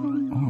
Oh,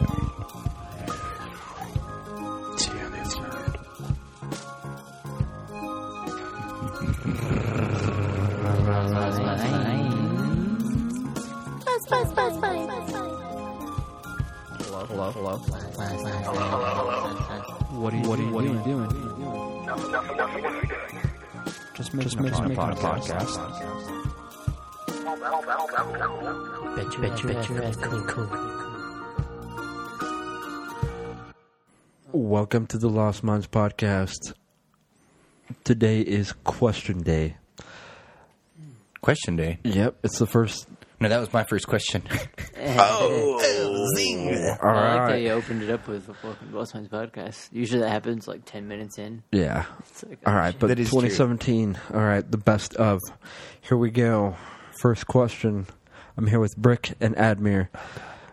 I mean stay on the inside. Buzz, buzz, buzz, buzz, buzz, buzz. What are you, what are you, what doing? Are you doing? Just make just making a podcast. Bet you, bet you, bet you, bet you, Welcome to the Lost Minds podcast. Today is question day. Question day. Yep, it's the first. No, that was my first question. All I like that right. you opened it up with "Welcome to Lost Minds Podcast." Usually that happens like ten minutes in. Yeah. It's like, oh, All right, but That is true. 2017. All right, the best of. Here we go. First question. I'm here with Brick and Admir,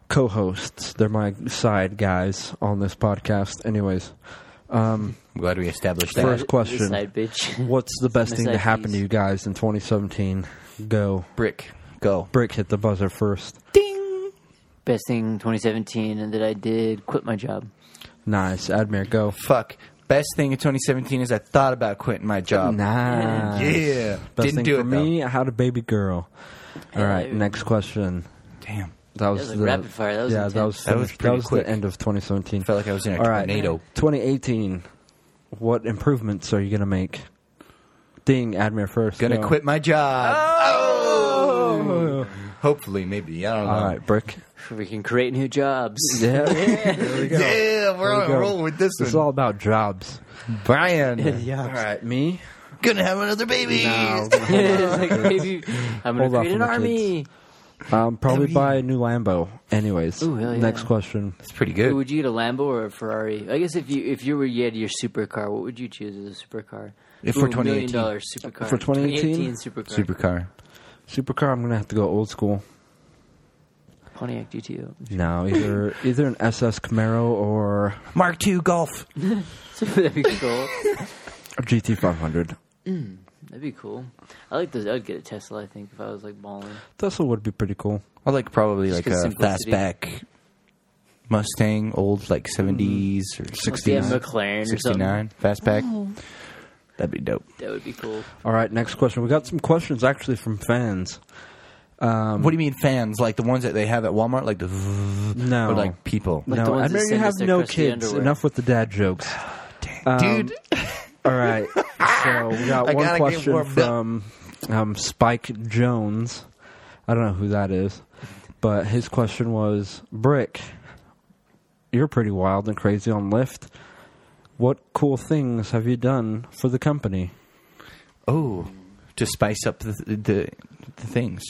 co-hosts. They're my side guys on this podcast. Anyways, I'm glad we established that. first This question. side bitch. What's the best My thing to side happen to piece. you guys in 2017? Go. brick. Go. Brick hit the buzzer first. Best thing 2017 and that I did quit my job. Nice. Admir, go. Fuck. Best thing in 2017 is I thought about quitting my job. Nice. Yeah. Best Didn't thing do for it though. me, I had a baby girl. All right, Hello. next question. Damn. That was, was like the rapid fire. That was yeah, that intense. was That was that pretty was quick. the end of 2017. Felt like I was in a All right, tornado. 2018. What improvements are you gonna make? Ding, Admir first. Gonna go. quit my job. Oh! Hopefully, maybe. I don't know. All right, Brick. We can create new jobs. Yeah, there we go. There Yeah, we're we on go. a roll with this This is one. all about jobs. Brian. All All right. right, me. Gonna have another baby. It's like maybe I'm gonna Hold off create an on the army. Um, probably buy a new Lambo. Anyways, Ooh, hell yeah. next question. It's pretty Ooh, good. Would you get a Lambo or a Ferrari? I guess if you if you were you had your supercar, what would you choose as a supercar? If for Ooh, million 2018. dollar supercar For 2018? supercar Supercar. Supercar. I'm gonna have to go old school. Pontiac GTO. No, either either an SS Camaro or Mark II Golf. That'd be cool. a GT500. That'd be cool. I like those. I'd get a Tesla. I think if I was like balling. Tesla would be pretty cool. I like probably Just like a for simplicity. fastback Mustang, old like 70s or Like they 60s. have Hmm. McLaren or something. Oh. 69 fastback. That'd be dope. That would be cool. All right, next question. We got some questions actually from fans. what do you mean fans? Like the ones that they have at Walmart, like the No, or like people. Like no, the I ones that know you send have us their no crusty kids. underwear. Enough with the dad jokes, Um, Dude, All right, so we got I one gotta get question warmed up. from um, Spike Jones. I don't know who that is, but his question was: Brick, you're pretty wild and crazy on Lyft. What cool things have you done for the company? oh, to spice up the the, the things.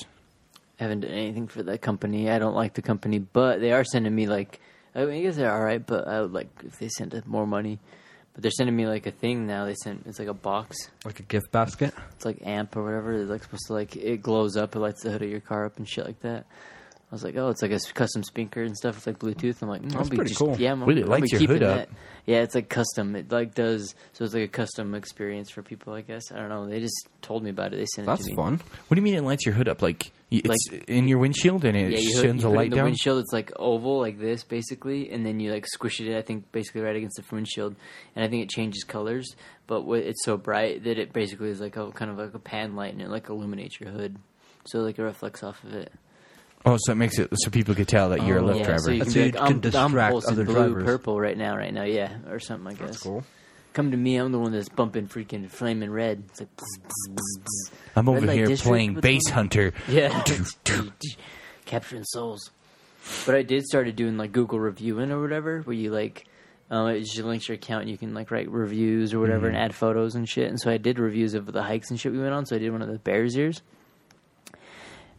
I haven't done anything for that company. I don't like the company, but they are sending me like. I, mean, I guess they're all right, but I would like if they sent us more money. But they're sending me like a thing now. They sent it's like a box. Like a gift basket? It's like amp or whatever. It's like supposed to like it glows up. It lights the hood of your car up and shit like that. I was like, oh, it's like a s- custom speaker and stuff. It's like Bluetooth. I'm like, mm, I'll That's be pretty just, cool. Yeah, I'm, Really, it I'll lights be your keeping hood up. that. Yeah, it's like custom. It like does so. It's like a custom experience for people. I guess I don't know. They just told me about it. They sent it That's to me. fun. What do you mean it lights your hood up? Like y- it's Like- in your windshield and it Yeah, you, hood, shines you put it a in light the down. windshield. It's like oval, like this, basically, and then you like squish it. I think basically right against the windshield, and I think it changes colors. But what, it's so bright that it basically is like a kind of like a pan light, and it like illuminates your hood, so like it reflects off of it. Oh, so it makes it so people could tell that you're a Lyft Oh, yeah, driver. So you can, That's be how like, you I'm, can I'm distract pulsing other blue, drivers. purple right now, right now, yeah, or something. I guess. That's cool. Come to me, I'm the one that's bumping freaking flaming red. It's like, pss, pss, pss, pss. I'm Red over Light here District, playing what's going Bass Hunter. Yeah. Capturing souls. But I did started doing like Google reviewing or whatever, where you like um, it just links your account and you can like write reviews or whatever and add photos and shit. And so I did reviews of the hikes and shit we went on. So I did one of the bears ears.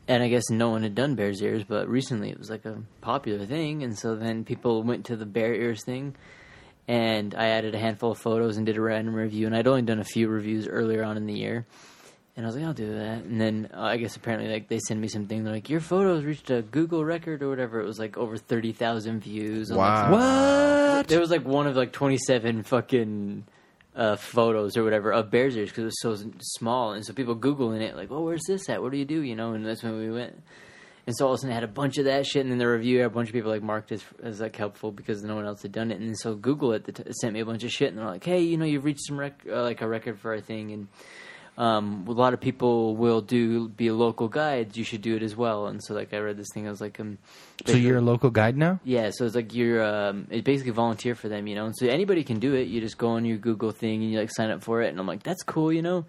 And I guess no one had done bears ears, but recently it was like a popular thing. And so then people went to the bear ears thing. And I added a handful of photos and did a random review. And I'd only done a few reviews earlier on in the year And I was like, I'll do that. And then uh, I guess apparently, like, they send me something. They're like, your photos reached a Google record or whatever. It was like over thirty thousand views. on, like, Wow. some- there was like one of like 27 fucking uh, photos or whatever of Bears ears because it was so s- small, and so people googling it like, "Oh, where's this at? What do you do?" You know, and that's when we went. And so all of a sudden, I had a bunch of that shit, and then the review, a bunch of people like marked as as like helpful because no one else had done it, and so Google at the t- sent me a bunch of shit, and they're like, "Hey, you know, you've reached some rec- uh, like a record for our thing," and um, a lot of people will do be local guides. You should do it as well. And so, like, I read this thing, I was like, um, So you're a local guide now? yeah, so it's like you're um, it's basically volunteer for them, you know. And so anybody can do it. You just go on your Google thing and you like sign up for it. And I'm like, that's cool, you know.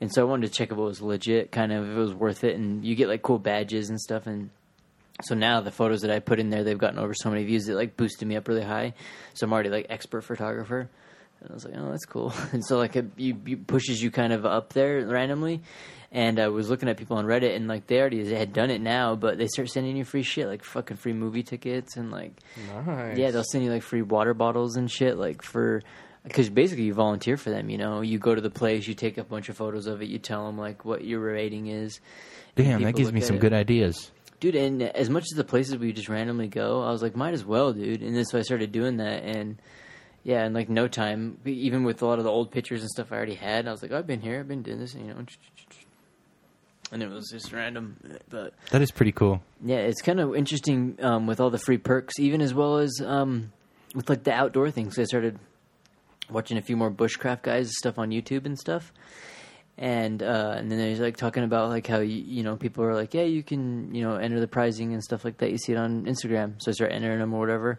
And so I wanted to check if it was legit, kind of if it was worth it. And you get like cool badges and stuff. And so now the photos that I put in there, they've gotten over so many views. It like boosted me up really high. So I'm already like expert photographer. And I was like, oh, that's cool. And so like it you, you pushes you kind of up there randomly. And I was looking at people on Reddit, and like they already had done it now, but they start sending you free shit, like fucking free movie tickets, and like Nice. yeah, they'll send you like free water bottles and shit, like for because basically you volunteer for them. You know, you go to the place, you take a bunch of photos of it, you tell them like what your rating is. and Damn, that people gives look me at some it. good ideas. dude. And as much as the places we just randomly go, I was like, might as well, dude. And then so I started doing that, and yeah, in like no time, e, even with a lot of the old pictures and stuff I already had, I was like, "Oh, I've been here, I've been doing this, and, you know. And it was just random, but That is pretty cool. yeah, it's kind of interesting um, with all the free perks, even as well as um, with like the outdoor things. I started watching a few more bushcraft guys stuff on YouTube and stuff, and uh, and then there's like talking about like how you, you know people are like, yeah, you can you know enter the prizing and stuff like that. You see it on Instagram, so I start entering them or whatever.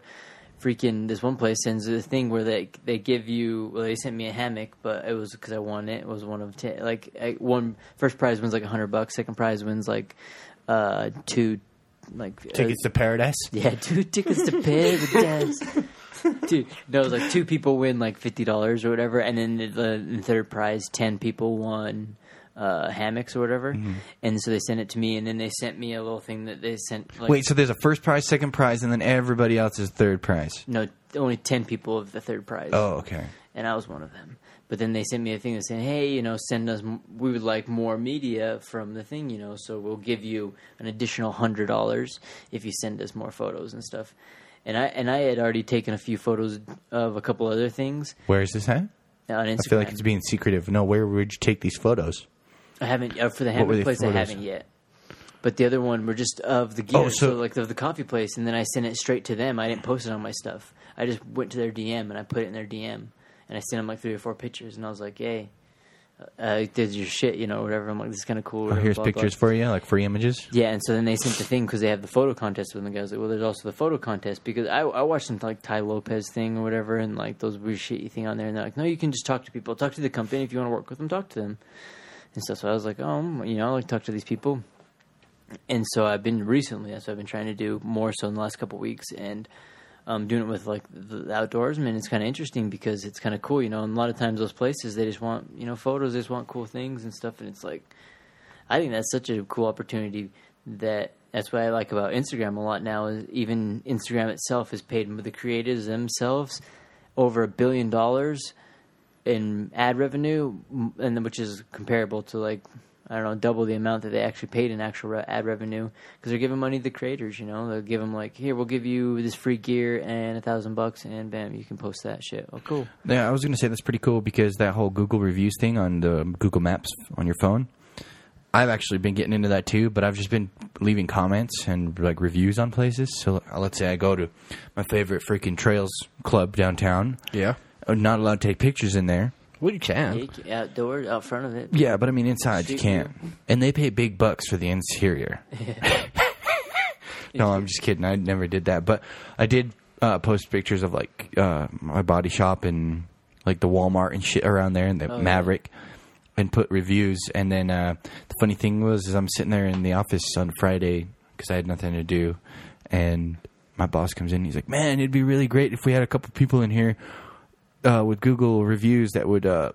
Freaking this one place sends a thing where they they give you well they sent me a hammock but it was because I won it it was one of ten like I, one first prize wins like a hundred bucks second prize wins like uh two like uh, to paradise? yeah, two tickets to paradise. Dude, no, it was like two people win like fifty dollars or whatever, and then the, the third prize, ten people won uh, hammocks or whatever, Mm-hmm. and so they sent it to me, and then they sent me a little thing that they sent. Like, Wait, so there's a first prize, second prize, and then everybody else is third prize. no, only ten people of the third prize. Oh, okay. and I was one of them. But then they sent me a thing that said, "Hey, you know, send us. m- We would like more media from the thing, you know. So we'll give you an additional hundred dollars if you send us more photos and stuff." And I and I had already taken a few photos of a couple other things Where is this at? on Instagram. I feel like it's being secretive. No, where would you take these photos? I haven't uh, for the were hamburger the place. I photos? haven't yet. But the other one were just of the gear, Oh, so, so- like of the coffee place, and then I sent it straight to them. I didn't post it on my stuff. I just went to their DM and I put it in their DM, and I sent them like three or four pictures, and I was like, "Hey, uh, did your shit, you know, whatever." I'm like, "This is kind of cool." Oh, whatever, here's blah, blah." pictures for you, like free images. Yeah, and so then they sent the thing because they have the photo contest with them. The guys like, well, there's also the photo contest because I I watched some like Ty Lopez thing or whatever, and like those weird shitty thing on there, and they're like, no, you can just talk to people, talk to the company if you want to work with them, talk to them, and stuff. So I was like, oh, you know, like talk to these people, and so I've been recently that's what I've been trying to do more so in the last couple weeks, and um, doing it with like the outdoorsmen. It's kind of interesting because it's kind of cool, you know. And a lot of times those places they just want you know photos, they just want cool things and stuff, and it's like. I think that's such a cool opportunity that that's what I like about Instagram a lot now is even Instagram itself has paid the creators themselves over a billion dollars in ad revenue m- and then- which is comparable to like I don't know double the amount that they actually paid in actual re- ad revenue because they're giving money to the creators you know they'll give them like here we'll give you this free gear and a thousand bucks and bam you can post that shit oh cool Yeah, I was going to say that's pretty cool because that whole Google reviews thing on the Google Maps on your phone. I've actually been getting into that too, but I've just been leaving comments and like reviews on places. So uh, let's say I go to my favorite freaking trails club downtown. Yeah. I'm Oh, not allowed to take pictures in there. Well, you can. Take it outdoors out front of it Yeah, but I mean inside you Street can't. And they pay big bucks for the interior. no, I'm just kidding. I never did that, but I did uh, post pictures of like uh, my body shop and like the Walmart and shit around there and the yeah. Maverick. And put reviews, and then uh, the funny thing was, is I'm sitting there in the office on Friday because I had nothing to do, and my boss comes in. he's like, "Man, it'd be really great if we had a couple people in here uh, with Google reviews that would uh,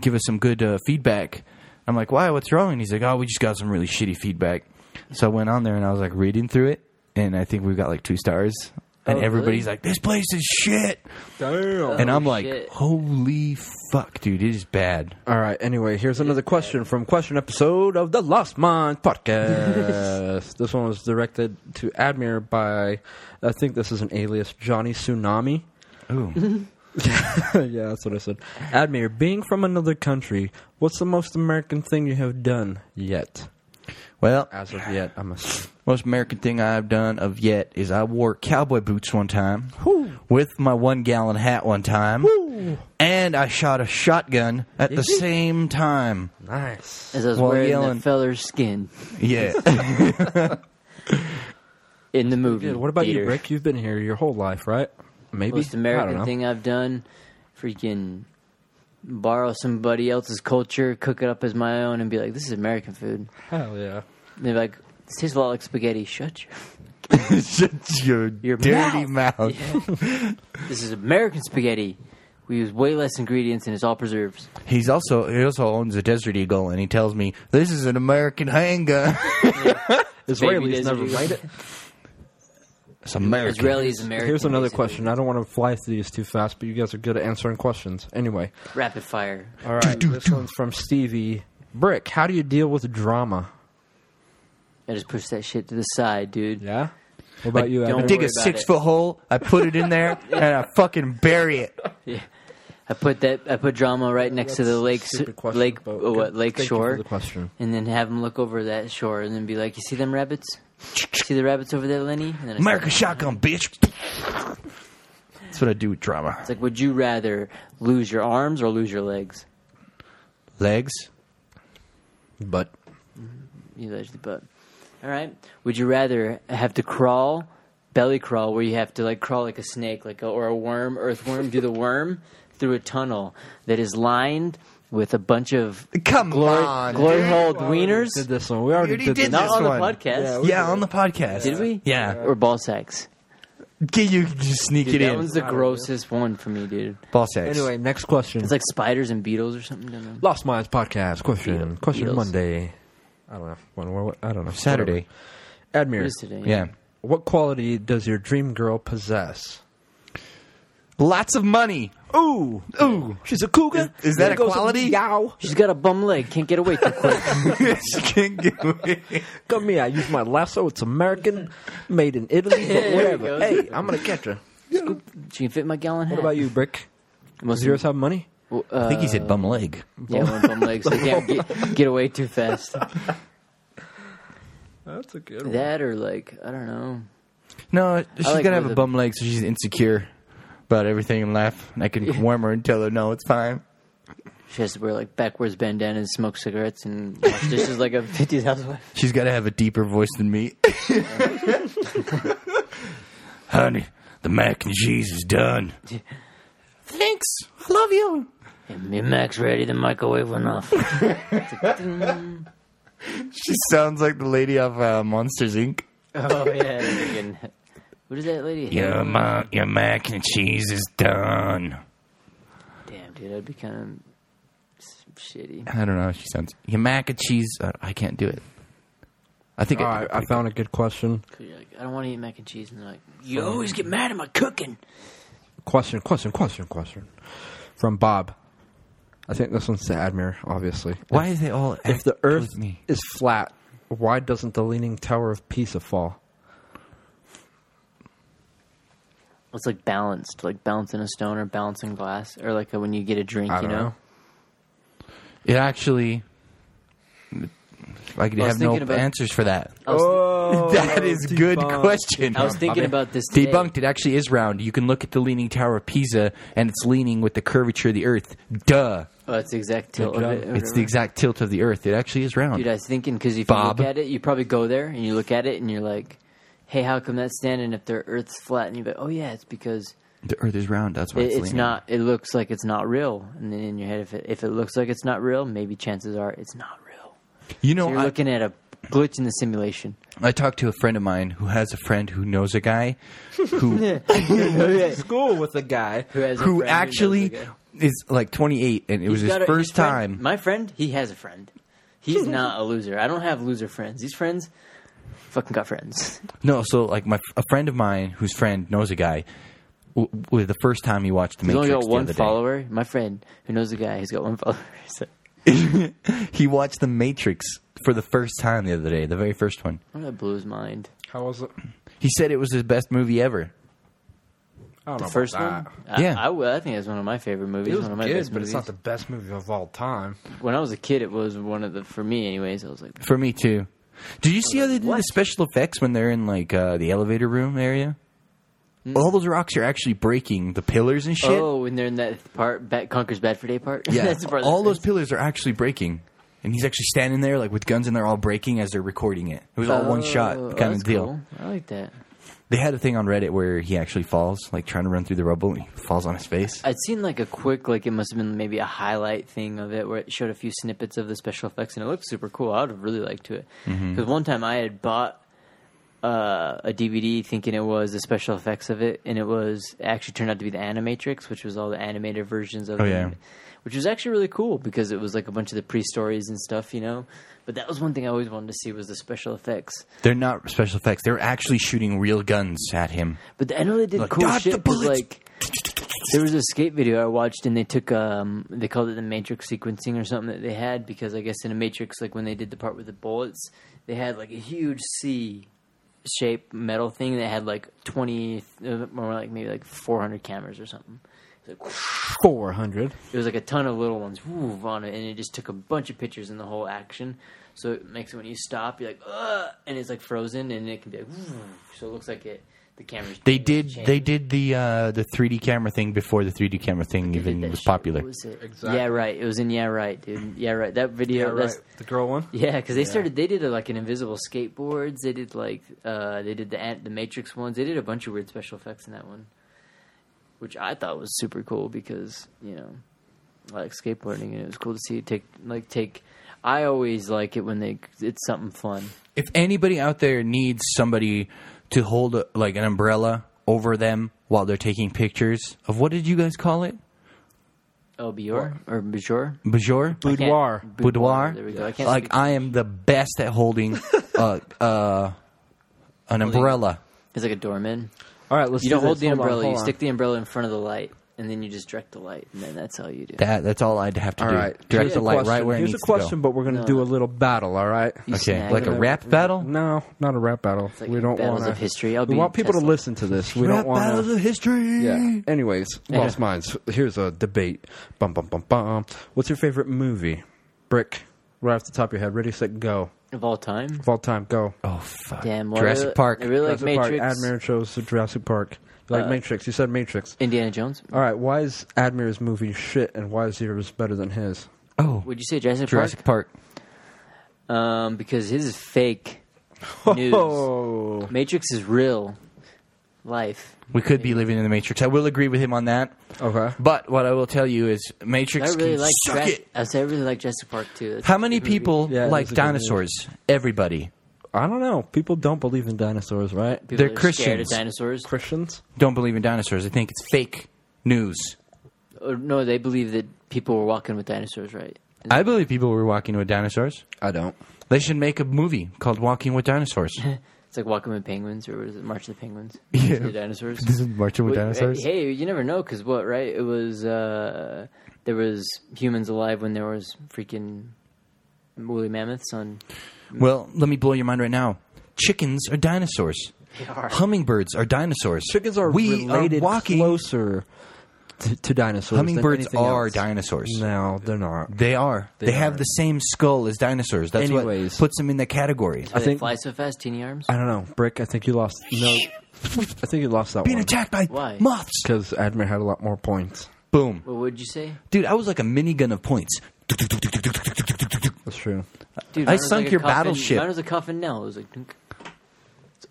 give us some good uh, feedback. I'm like, why? What's wrong? And he's like, oh, we just got some really shitty feedback. So I went on there and I was like reading through it, and I think we got like two stars. and Oh, everybody's really? like, "This place is shit," Damn. and Oh, I'm like, shit. "Holy fuck, dude, it is bad." All right. Anyway, here's another question from question episode of the Lost Mind podcast. this one was directed to Admir by, I think this is an alias, Johnny Tsunami. Ooh, yeah, that's what I said. Admir, being from another country, what's the most American thing you have done yet? well, As of yet, I'm a. most American thing I've done of yet is I wore cowboy boots one time with my one gallon hat one time, and I shot a shotgun at the same time. Nice. As I was While wearing yelling. that feller's skin Yeah, in the movie. Dude, what about you, theater. Rick? You've been here your whole life, right? Maybe. Most I don't American know. thing I've done, freaking borrow somebody else's culture, cook it up as my own, and be like, "This is American food." Hell yeah. And they're like, "This tastes a lot like spaghetti." Shut you. Shut your, Your dirty mouth. This is American spaghetti. We use way less ingredients, and it's all preserves. He's also he also owns a Desert Eagle, and he tells me this is an American handgun. Baby Israelis Desert never Eagle. made it. It's American. Israelis, American. Here's another basically. question. I don't want to fly through these too fast, but you guys are good at answering questions. Anyway, Rapid fire. all right. this one's from Stevie Brick. How do you deal with drama? I just push that shit to the side, dude. Yeah. What about you? don't Adam? I dig worry a about six it. foot hole. I put it in there, and I fucking bury it. I put that. I put drama right next to the That's a lake, stupid question, lake, but oh, what, good. lake Thank you shore, for the question. and then have them look over that shore, and then be like, "You see them rabbits? see the rabbits over there, Lenny?" And then I American shotgun, bitch. That's what I do with drama. It's like, would you rather lose your arms or lose your legs? Legs. But You lose the butt. All right. Would you rather have to crawl, belly crawl, where you have to like crawl like a snake, like a, or a worm, earthworm, do the worm through a tunnel that is lined with a bunch of Come glory, on. glory dude. holed did wieners? this one. We already already did, did this. Not this on the one. podcast. Yeah, Yeah, on the podcast. Did we? Yeah. Or ball sacks. Can you just sneak Dude, it that in? one's the grossest one for me, dude. Ball sex. Anyway, next question. It's like spiders and beetles or something. I don't know. Lost Minds podcast question. Beatles. Question Beatles. Monday. I don't know. When, when, I don't know. Saturday. Whatever. What Admir, is today? Yeah. what quality does your dream girl possess? Lots of money. Ooh, Ooh. she's a cougar. Is- is that a quality? Yow. She's got a bum leg. Can't get away too quick. She can't get away. Come here. I use my lasso. It's American, made in Italy. but there whatever. you go. Hey, I'm gonna catch her. she can fit my gallon hat. What about you, Brick? Must Does yours have money? Well, I think he uh, said bum leg. Yeah, one bum leg, so they can't get, get away too fast. That's a good That or like I don't know. No, she's like gonna with have a a- bum leg, so she's insecure about everything in life. And I can warm her and tell her, no, it's fine. She has to wear like backwards bandanas, smoke cigarettes, and wash dishes like a fifties housewife. She's gotta have a deeper voice than me. Honey, the mac and cheese is done. Thanks, I love you. And me and Max ready. The microwave went off. She sounds like the lady of uh, Monsters Inc. oh yeah. freaking- What is that lady? Your ma- your mac and cheese is done. Damn, dude, that'd be kind of shitty. I don't know. She sounds your mac and cheese. Uh, I can't do it. I think All I, right, I found a good question. 'Cause you're like, I don't want to eat mac and cheese, and they're like, you always get mad at my cooking. Question, question, question, question. From Bob. I think this one's to Admir, obviously. Why is they all If the act Earth with me? is flat, why doesn't the Leaning Tower of Pisa fall? It's like balanced, like balancing a stone or balancing glass, or like when you get a drink, I you don't know. It actually. I could I was have no thinking about- answers for that. I was, that is good question. I was thinking about this. Today. Debunked. It actually is round. You can look at the leaning tower of Pisa, and it's leaning with the curvature of the Earth. Duh! Oh, it's the exact tilt. job. Of it, or It's the whatever. exact tilt of the Earth. It actually is round. Dude, I was thinking because if Bob. you look at it, you probably go there and you look at it and you're like, "Hey, how come that's standing if the Earth's flat?" And you're like, "Oh yeah, it's because the Earth is round. That's why it, it's, it's leaning. not. It looks like it's not real." And then in your head, if it if it looks like it's not real, maybe chances are it's not real. You So know, you're I, looking at a glitch in the simulation. I talked to a friend of mine who has a friend who knows a guy who School with a guy. Who has a friend who knows actually the guy. is like 28, and it was He's his got a- first friend- time. my friend, he has a friend. He's not a loser. I don't have loser friends. These friends fucking got friends. No, so like my a friend of mine whose friend knows a guy. W- w- the first time he watched the He's Matrix, only got the one other day, follower. My friend who knows the guy, he's got one follower. So, he watched the Matrix for the first time the other day, the very first one. oh, that blew his mind. How was it? He said it was his best movie ever. I don't The know first about one, that. I, Yeah. I, would- I think it's one of my favorite movies. It was one of my good, best but movies. it's not the best movie of all time. when I was a kid, it was one of the for me, anyways. I was like, For me too. Did you see how they did the What? special effects when they're in like uh, the elevator room area? All those rocks are actually breaking the pillars and shit. Hmm. oh, and they're in that part, Bat Conquers Bad for Day part. yeah, that's the part all those that's- pillars are actually breaking, and he's actually standing there like with guns, and they're all breaking as they're recording it. It was all one shot Oh, kind that's of deal. cool. I like that. They had a thing on Reddit where he actually falls, like trying to run through the rubble, and he falls on his face. I'd seen like a quick, like it must have been maybe a highlight thing of it where it showed a few snippets of the special effects, and it looked super cool. I would have really liked to it because Mm-hmm. one time I had bought uh, a DVD thinking it was the special effects of it, and it was it actually turned out to be the Animatrix, which was all the animated versions of Oh, it, yeah. which was actually really cool because it was like a bunch of the pre-stories and stuff, you know. But that was one thing I always wanted to see was the special effects. They're not special effects; they're actually shooting real guns at him. But the, I know they did Like, cool dodge the shit. 'cause, bullets. like, there was a skate video I watched, and they took um, they called it the Matrix sequencing or something that they had because I guess in a Matrix, like when they did the part with the bullets, they had like a huge C shape metal thing that had like twenty, uh, more like maybe like four hundred cameras or something. It's like, Four hundred. it was like a ton of little ones woof, on it, and it just took a bunch of pictures in the whole action. So it makes it when you stop, you're like, Ugh! and it's like frozen, and it can be like, woof. so it looks like it. The cameras. They did. change. They did the uh, the 3D camera thing before the 3D camera thing They did even that was shit. popular. What was it? Exactly. Yeah, right. It was in Yeah, right, dude. Yeah, right. That video. that's- The girl one. Yeah, because they started. They did uh, like an invisible skateboards. They did like uh, they did the Ant- the Matrix ones. They did a bunch of weird special effects in that one, which I thought was super cool because you know, I like skateboarding, and it was cool to see it take like take. I always like it when they it's something fun. if anybody out there needs somebody to hold a, like an umbrella over them while they're taking pictures of what did you guys call it? Oh, Bjor or Bjor Boudoir? I can't- Boudoir. Boudoir? There we go. I can't Like speak- I am the best at holding uh, uh, an umbrella. It's like a doorman. All right, let's. You do don't hold this. the Hold on, umbrella. hold you on. stick the umbrella in front of the light, and then you just direct the light, and then that's all you do. That that's all I'd have to All do. right. Direct here's a the light right question. where Here's it needs a question, to go. but we're gonna do a little battle. All right. You Okay, snag like it. a rap battle. No, not a rap battle. like we don't battles want of history. I'll we be want people to Tesla. listen to this. We don't want to. of history. Yeah. Anyways, Lost Minds. Here's a debate. Bum bum bum bum. What's your favorite movie? Brick. Right off the top of your head. Ready, set, go. of all time. Of all time, go. Oh fuck. Damn, what Jurassic are the- Park. I really like Jurassic Matrix. Park. Admir chose Jurassic Park. You like Uh, Matrix. You said Matrix. Indiana Jones. All right. Why is Admir's movie shit, and why is yours better than his? oh, Would you say Jurassic, Jurassic Park. Park? Um, because his is fake news. Oh. Matrix is real life. We could be living in the Matrix. I will agree with him on that. Okay. But what I will tell you is Matrix I really can like. suck Jurassic- it. I say I really like Jurassic Park too. That's How a many good movie. people Yeah, it like was a good movie. dinosaurs? Everybody. I don't know. People don't believe in dinosaurs, right? People they're that are Scared of Christians. dinosaurs? Christians. Don't believe in dinosaurs. They think it's fake news. Or, no, they believe that people were walking with dinosaurs, right? I believe people were walking with dinosaurs. I don't. They should make a movie called Walking with Dinosaurs. It's like walking with penguins, or was it March of the Penguins? Yeah. the dinosaurs. This is Marching with Wait, Dinosaurs? Hey, you never know, because what? Right? It was uh, there was humans alive when there was freaking woolly mammoths on. well, let me blow your mind right now. Chickens are dinosaurs. Hummingbirds are dinosaurs. Chickens are we related are walking. closer to, to dinosaurs. than Hummingbirds anything are else. dinosaurs. No, they're not. They are. They, They have are. the same skull as dinosaurs. That's Anyways. what puts them in that category. Do I they think- fly so fast, teeny arms. I don't know, Brick. I think you lost. No, I think you lost that Being one attacked by Why? moths. because Admir had a lot more points. Boom. What would you say, Dude, I was like a minigun of points. That's true. dude? I mine was sunk a your coffin- battleship. Mine was a coffin. Now it was like dunk.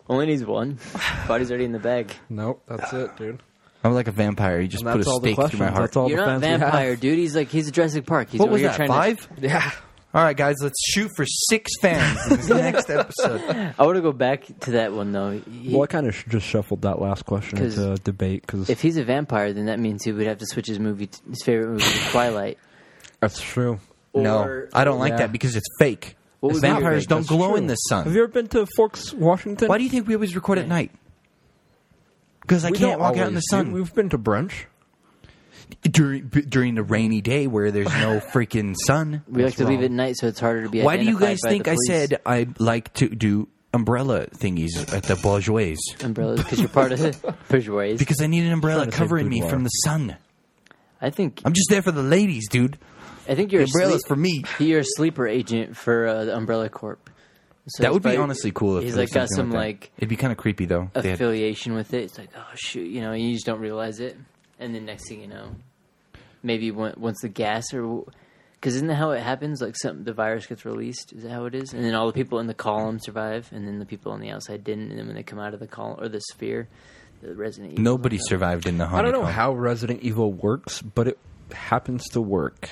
only needs one. Body's already in the bag. Nope, that's it, dude. I'm like a vampire. You just And put a that's all the stake through questions. my heart. That's all You're the not a fans we have. vampire, dude. He's like he's a Jurassic Park. He's What over was here that? trying Five? Yeah, All right, guys, let's shoot for six fans in this next episode. To, I want to go back to that one though. He- well, I kind of sh- just shuffled that last question 'Cause into debate because if he's a vampire, then that means he would have to switch his movie, t- his favorite movie, to Twilight. that's true. no, Or- I don't like Yeah. that because it's fake. What would be your Vampires big- don't that's glow true. in the sun. Have you ever been to Forks, Washington? Why do you think we always record at night? Because I We can't don't walk out in always do. the sun We've been to brunch. during b- during the rainy day where there's no freaking sun. We like to leave at night, so it's harder to be. Why do you identified guys by think the I police. said I like to do umbrella thingies at the bourgeois? umbrellas because you're part of the bourgeois? Because I need an umbrella to say covering me boudoir. from the sun. I think I'm just there for the ladies, dude. I think you're a Umbrella's sleep- for me. You're a sleeper agent for uh, the Umbrella Corp. So That it's would be probably- honestly cool. If he's there like was got some something like, that. it'd be kind of creepy though. They had- affiliation with it. It's like oh shoot, you know, you just don't realize it, and then next thing you know, maybe on- once the gas or because isn't that how it happens? Like some the virus gets released. Is that how it is? And then all the people in the column survive, and then the people on the outside didn't. And then when they come out of the column or the sphere, the Resident Evil. nobody survived in the I don't honeycomb. know how Resident Evil works, but it happens to work.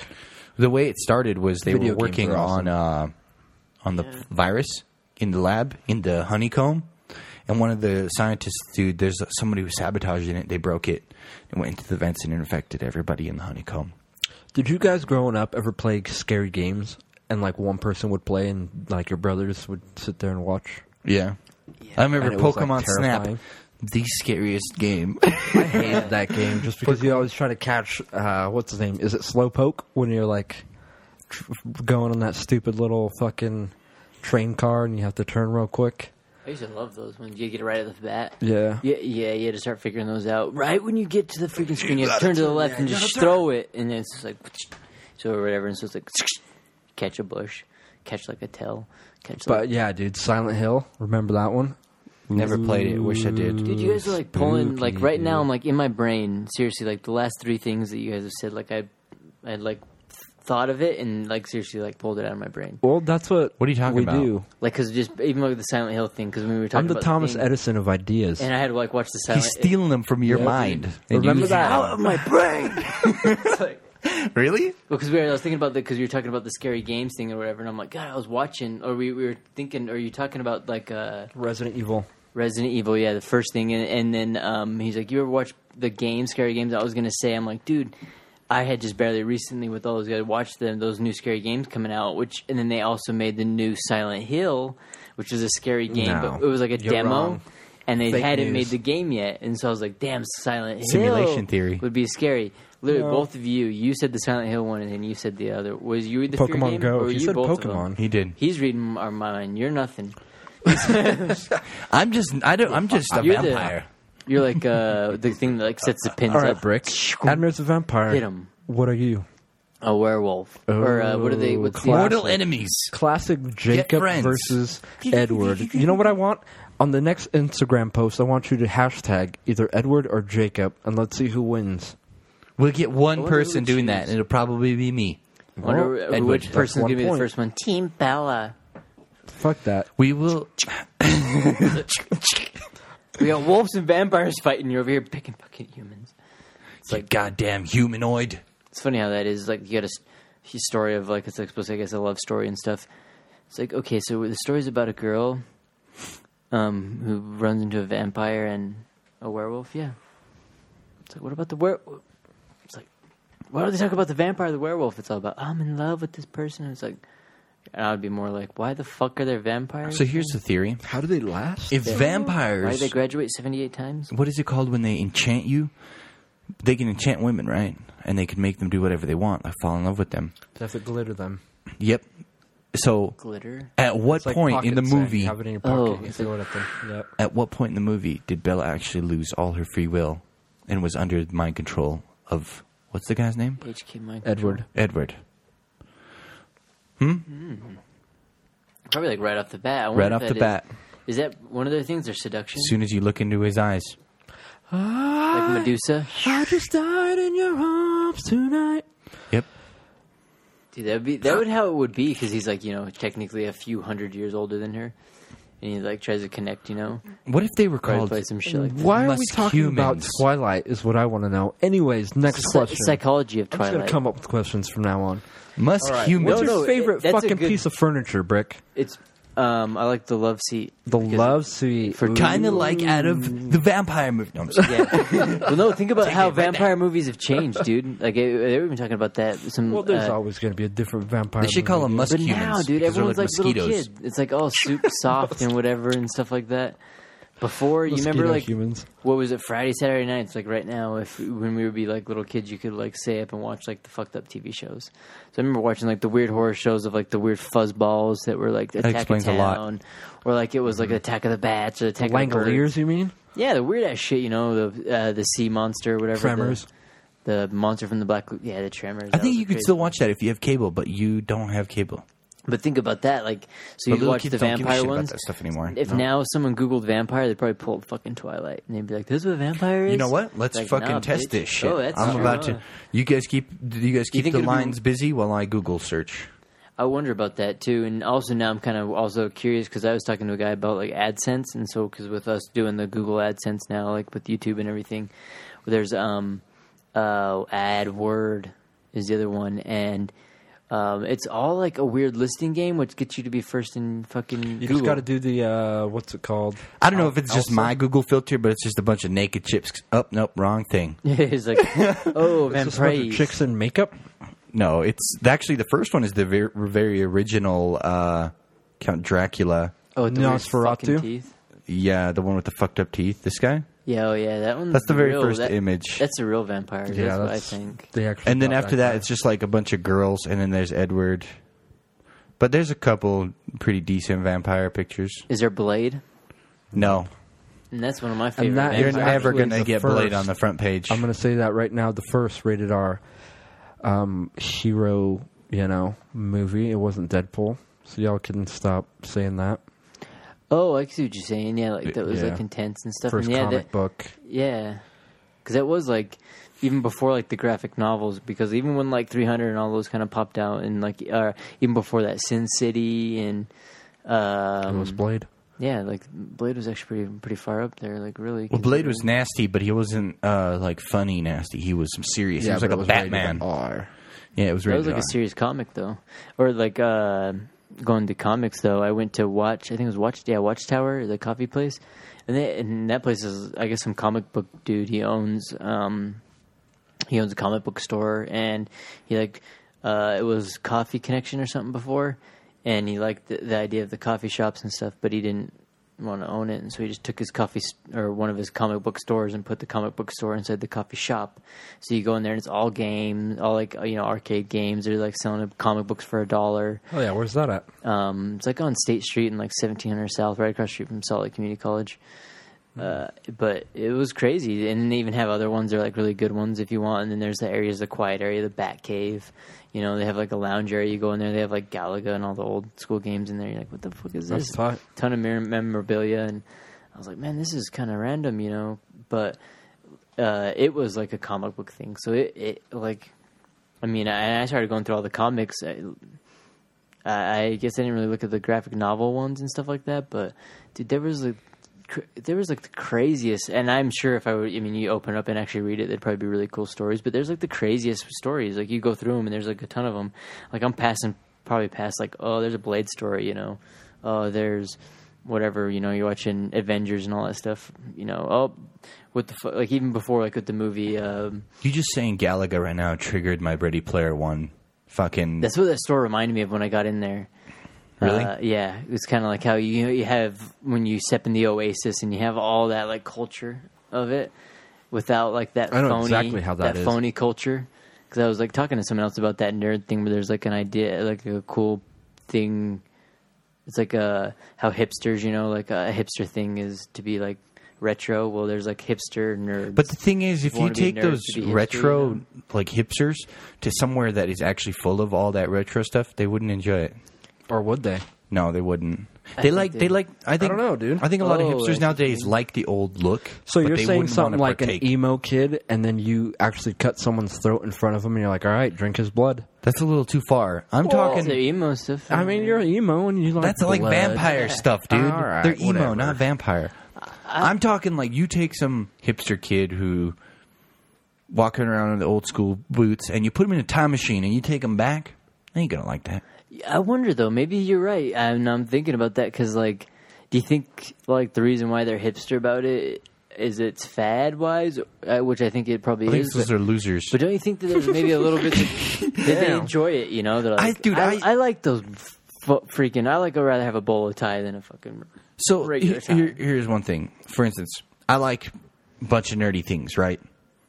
the way it started was they Video were games working are awesome. on uh, on the virus in the lab in the honeycomb, and one of the scientists, dude, there's somebody who sabotaged it. They broke it and went into the vents and infected everybody in the honeycomb. Did you guys growing up ever play scary games and like one person would play and like your brothers would sit there and watch? Yeah, I remember And it was, like, Pokemon Snap, terrifying. the scariest game. I hated that game just because you always try to catch uh, what's his name? Is it Slowpoke when you're like tr- going on that stupid little fucking train car and you have to turn real quick? I used to love those ones. You get it right off the bat. Yeah. Yeah, yeah, you had to start figuring those out. Right when you get to the freaking screen, you have to turn to the left and just throw it, and then it's just like, so or whatever, and so it's like, catch a bush, catch like a tail, catch. But Like, yeah, dude, Silent Hill. Remember that one? Never played it. Wish I did. dude, you guys are like pulling like right now. I'm like in my brain, seriously, like the last three things that you guys have said, like I, I like thought of it and like seriously like pulled it out of my brain, Well, that's what What are you talking we about? do. like because just even like the Silent Hill thing, because we were talking. I'm the about Thomas thing, Edison of ideas. and I had to like watch the Silent. He's stealing them from your mind. and Remember using that? them. out of my brain. It's like- Really? Well, because we were, I was thinking about the because you were talking about the scary games thing or whatever, and I'm like, God, I was watching, or we, we were thinking, or you talking about like uh, Resident Evil. Resident Evil, yeah, the first thing, and, and then um, he's like, you ever watch the game scary games? I was gonna say, I'm like, dude, I had just barely recently with all those guys watched them those new scary games coming out, which and then they also made the new Silent Hill, which was a scary game, No. but it was like a You're demo. wrong. And they Fake hadn't made news. the game yet, and so I was like, "Damn, Silent Hill Simulation theory. would be scary." Literally, No. both of you, you said the Silent Hill one, and then you said the other. Was you the fear Pokemon game, Go. Or were He you said both of them? Pokemon. He did. He's reading our mind. You're nothing. I'm just. I don't. I'm just a You're the- vampire. You're like uh, the thing that like sets the pins All right, up. Brick. Admiral's a vampire. Hit 'em. What are you? A werewolf, or uh, what are they? Oh, What's classic. the Mortal enemies. Classic Jacob friends. versus Edward. You know what I want? On the next Instagram post, I want you to hashtag either Edward or Jacob, and let's see who wins. We'll get wonder one who person would doing choose. that, and it'll probably be me. I wonder Edward, uh, which that's person's one gonna be the point. first one? Team Bella. Fuck that. We will. We got wolves and vampires fighting. You're over here picking fucking humans. It's like goddamn humanoid. It's funny how that is. Like you got a s- story of like it's like supposed to I guess a love story and stuff. It's like okay, so the story's about a girl, um, who runs into a vampire and a werewolf. Yeah. It's like what about the were? It's like why don't they talk about the vampire, the werewolf? It's all about I'm in love with this person. It's like. And I would be more like, why the fuck are there vampires? So here's the theory: How do they last? if why did vampires, they graduate seventy eight times? what is it called when they enchant you? They can enchant women, right? And they can make them do whatever they want, like fall in love with them. they have to glitter them. Yep. So, Glitter. at what It's like point in the pocket sand. movie? You have it in your Oh. pocket. you throw it at them. Yep. At what point in the movie did Bella actually lose all her free will and was under the mind control of what's the guy's name? HK Mike. Edward. Edward. Probably like right off the bat. I wonder Right if off that the is- bat, Is that one of their things? Their seduction? as soon as you look into his eyes, like Medusa? I just died in your arms tonight. Yep. Dude, that would be that would how it would be because he's like you know technically a few hundred years older than her, and he like tries to connect. You know, What if they were try to called? play some shit like that. Why are we Must talking about humans. Twilight? Is what I want to know. Anyways, next Psy- question. psychology of I'm just gonna Twilight. come up with questions from now on. Must humans? What's your no, it- favorite that's a fucking good- piece of furniture, Brick? It's Um, I like the love seat. The because- love seat. for Ooh. Kind of like out of the vampire movie. No, I'm just kidding. Yeah. well, no, think about how vampire movies have changed, dude. Like eh, they were even talking about that. Some Well, there's uh, always going to be a different vampire. They should call movie, them dude. musk But humans. now, dude, because they're everyone's like, little mosquitoes. kid. It's like all super soft and whatever and stuff like that. Before, you remember Mosquito like humans. what was it Friday, Saturday nights? Like right now, if when we would be like little kids, you could like stay up and watch like the fucked up TV shows. So I remember watching like the weird horror shows of like the weird fuzzballs that were like Attack explains of a lot. Mm-hmm. Town, or like it was like Attack of the Bats or Attack of the Birds. Langoliers, you mean? Yeah, the weird ass shit, you know, the uh, the sea monster, whatever. the- Tremors. The, monster from the black, yeah, the tremors. I That think was you a could crazy still one. watch that if you have cable, but you don't have cable. But think about that, like, so But you little watch kids the don't give a vampire shit about ones. that stuff anymore. If No. now someone Googled vampire, they'd probably pull up fucking Twilight and they'd be like, "This is what a vampire is." You know what? Let's Like, fucking nah, test bitch. this shit. Oh, that's I'm true. about to. You guys keep. You guys keep think the it'll be- lines busy while I Google search. I wonder about that too, and also now I'm kind of also curious because I was talking to a guy about like AdSense, and so because with us doing the Google AdSense now, like with YouTube and everything, there's um, uh, AdWord is the other one, and um, it's all like a weird listing game, which gets you to be first in fucking You Google. just got to do the uh, what's it called? I don't know if it's just my Google filter, but it's just a bunch of naked chips. Up, nope, wrong thing. it's like, oh, man, It's just a bunch of praise. chicks in makeup. No, it's actually the first one is the very, very original uh, Count Dracula. Oh, with the weird Nosferatu? fucking teeth. Yeah, the one with the fucked up teeth. This guy. Yeah, oh yeah, that one. That's the very first that, image. That's a real vampire. that's, what I think. They actually And then got after that, it's just like a bunch of girls, and then there's Edward. But there's a couple pretty decent vampire pictures. Is there Blade? No, And that's one of my favorite. that- you're It's vampires. never actually gonna the get Blade first. on the front page. I'm gonna say that right now. The first rated R um, hero, you know, movie. It wasn't Deadpool, so y'all can stop saying that. Oh, I see what you're saying. Yeah, like that was Yeah. like intense and stuff. First and yeah, comic that, book. yeah, because that was like even before like the graphic novels. Because even when like 300 and all those kind of popped out, and like uh, even before that, Sin City and it was um, Blade. yeah, like Blade was actually pretty pretty far up there. Like really, Well, Blade was considering- nasty, but he wasn't uh, like funny nasty. He was some serious. he was like a Batman. R. Yeah, it was That rated was like R. a serious comic though, or like uh, going to comics though. I went to watch. I think it was watch. Yeah, Watchtower, the coffee place, and, they, and that place is I guess some comic book dude. He owns um, he owns a comic book store, and he like uh, it was Coffee Connection or something before, and he liked the, the idea of the coffee shops and stuff, but he didn't want to own it, and so he just took his coffee s- or one of his comic book stores and put the comic book store inside the coffee shop. So you go in there and it's all games, all like you know arcade games. They're like selling comic books for a dollar. Oh yeah, where's that at? Um, it's like on State Street and like 1700 South, right across the street from Salt Lake Community College. Uh, but it was crazy, and they even have other ones. They're like really good ones if you want. And then there's the areas, the quiet area, the Bat Cave. You know, they have like a lounge area. You go in there, they have like Galaga and all the old school games in there. You're like, what the fuck is That's this? tight. Ton of mer- memorabilia, and I was like, man, this is kind of random, you know. But uh, it was like a comic book thing, so it, it like, I mean, I, I started going through all the comics. I, I I guess I didn't really look at the graphic novel ones and stuff like that, but dude, there was like cr- there was like the craziest, and I'm sure if I would, I mean, you open up and actually read it, there'd probably be really cool stories. But there's like the craziest stories, like you go through them, and there's like a ton of them. Like I'm passing probably past like oh, there's a Blade story, you know, oh, there's whatever, you know, you're watching Avengers and all that stuff, you know, oh, what the fu- like even before like with the movie, um, You just saying Galaga right now triggered my Ready Player One. Fucking. That's what that store reminded me of when I got in there. Really? Uh, yeah, it was kind of like how you you have when you step in the Oasis and you have all that like culture of it without like that. I know phony, exactly how that is. phony culture. Because I was like talking to someone else about that nerd thing where there's like an idea, like a cool thing. It's like uh how hipsters, you know, like a hipster thing is to be like retro. Well, there's like hipster nerds. but the thing is, if you wanna be take nerds those to be hipster, retro you know? like hipsters to somewhere that is actually full of all that retro stuff, they wouldn't enjoy it. Or would they? No, they wouldn't. they think like they- they like. I think don't know, dude. I think a lot Oh, I of hipsters see. nowadays like the old look. So but you're they saying wouldn't something wanna like an partake. emo kid, and then you actually cut someone's throat in front of him, and you're like, "All right, drink his blood." That's a little too far. I'm It's the talking. emo stuff. I mean, you're emo, and you like That's like blood. vampire stuff, dude. All right, They're emo, whatever. not vampire. I, am talking like you take some hipster kid who walking around in the old school boots and you put him in a time machine and you take him back. I ain't gonna like that. I wonder though. Maybe you're right, and I'm thinking about that because, like, do you think like the reason why they're hipster about it is it's fad wise, uh, which I think it probably I think is. those But, are losers. but don't you think that there's maybe a little bit that they enjoy it? You know, they're like, I- dude, I- I like those f- freaking. I like. I'd rather have a bowl of tie than a fucking. So regular he- here- time. here's one thing. For instance, I like a bunch of nerdy things, right?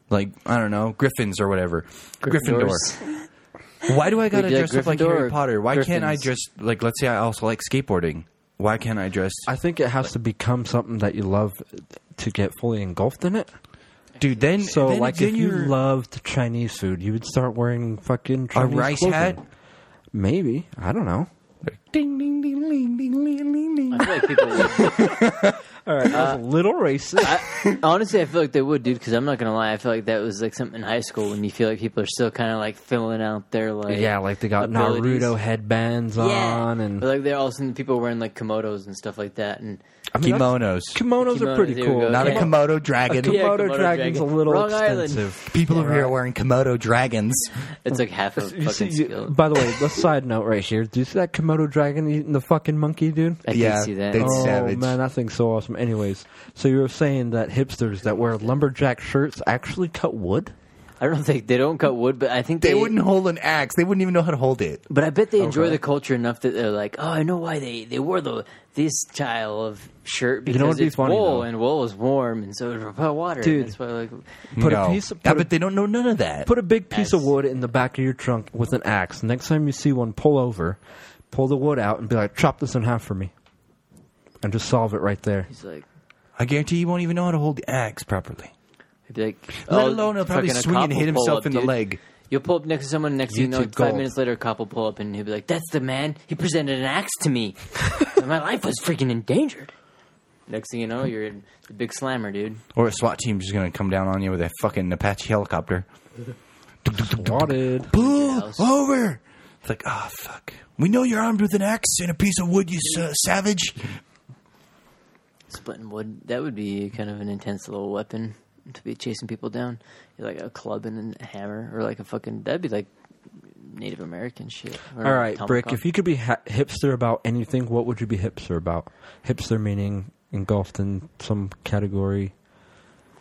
Like I don't know, griffins or whatever. Gryffindors. Gryffindor. Why do I gotta do a dress up like Gryffindor Harry or Potter? Why can't I Griffins? dress like? Let's say I also like skateboarding. Why can't I dress? I think it has to become something that you love to get fully engulfed in it. Dude, then So, then, like, then if you you're loved Chinese food, you would start wearing fucking a Chinese rice clothing. hat. Maybe I don't know. Ding ding ding ding ding ding ding. ding. I feel like people. All right, that was a little racist. I, honestly, I feel like they would, dude. Because I'm not gonna lie, I feel like that was like something in high school when you feel like people are still kind of like filling out their like yeah, like they got abilities. Naruto headbands on, and But, like they're all seeing people wearing like komodos and stuff like that, and I mean, that's- Kimonos. Kimonos are Kimonos, pretty there we cool. go. Not a Yeah. Komodo dragon. Komodo Yeah, dragon's a little Wrong island. expensive. People over here are wearing Komodo dragons. It's Oh. like half of You see, fucking you, skill. by the way, the side note right here. Do you see that Komodo dragon eating the fucking monkey, dude? I yeah, can see that. they- It's oh savage. man, that thing's so awesome. Anyways, so you were saying that hipsters that wear lumberjack shirts actually cut wood? I don't think they don't cut wood, but I think they, They wouldn't hold an axe. They wouldn't even know how to hold it. But I bet they enjoy the culture enough that they're like, oh, I know why they, they wore the this style of shirt because know what'd be it's funny, wool though? and wool is warm and so it repel water. Dude. that's why like Put no. a piece of I put, bet a, they don't know none of that. put a big piece of Yes. wood in the back of your trunk with an axe. Next time you see one, pull over, pull the wood out, and be like, chop this in half for me, and just solve it right there. it's like I guarantee you won't even know how to hold the axe properly. it'd be like Let oh, alone he'll probably fucking a swing cop and will hit pull himself up, in the dude. leg. You'll pull up next to someone, next thing you know, YouTube like, five gold. minutes later, a cop will pull up and he'll be like, "That's the man. He presented an axe to me. and my life was freaking endangered." Next thing you know, you're in the big slammer, dude. Or a SWAT team's just gonna come down on you with a fucking Apache helicopter. Swatted. Pull over. It's like, ah, fuck. We know you're armed with an axe and a piece of wood, you uh, savage. Splitting wood. That would be kind of an intense little weapon to be chasing people down. You're like a club and a hammer, or like a fucking. That'd be like Native American shit. All right, Brick. If you could be ha- hipster about anything, what would you be hipster about? Hipster meaning engulfed in some category,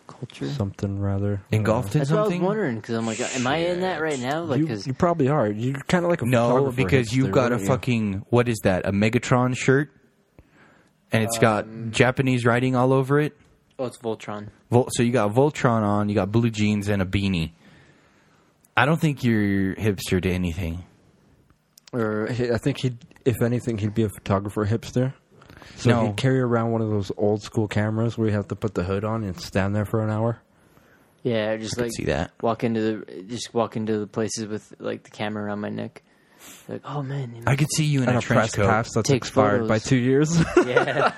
culture. something rather. uh, Engulfed in That's what I was something? wondering because I'm like, am I in that right now? Like, you, because you probably are. You're kind of like a No, photographer because you've hipster, got a wouldn't you? fucking what is that? A Megatron shirt, and it's Um, got Japanese writing all over it. oh, it's Voltron. Vol- so you got Voltron on, you got blue jeans and a beanie. I don't think you're hipster to anything. Or he- I think he'd, if anything, he'd be a photographer hipster. So No. he'd carry around one of those old school cameras where you have to put the hood on and stand there for an hour. Yeah, just could like see that. Walk into the just walk into the places with like the camera around my neck. Like, oh man, you know, I could see you in And a a trench press coat. pass that's Take expired by photos. two years. yeah.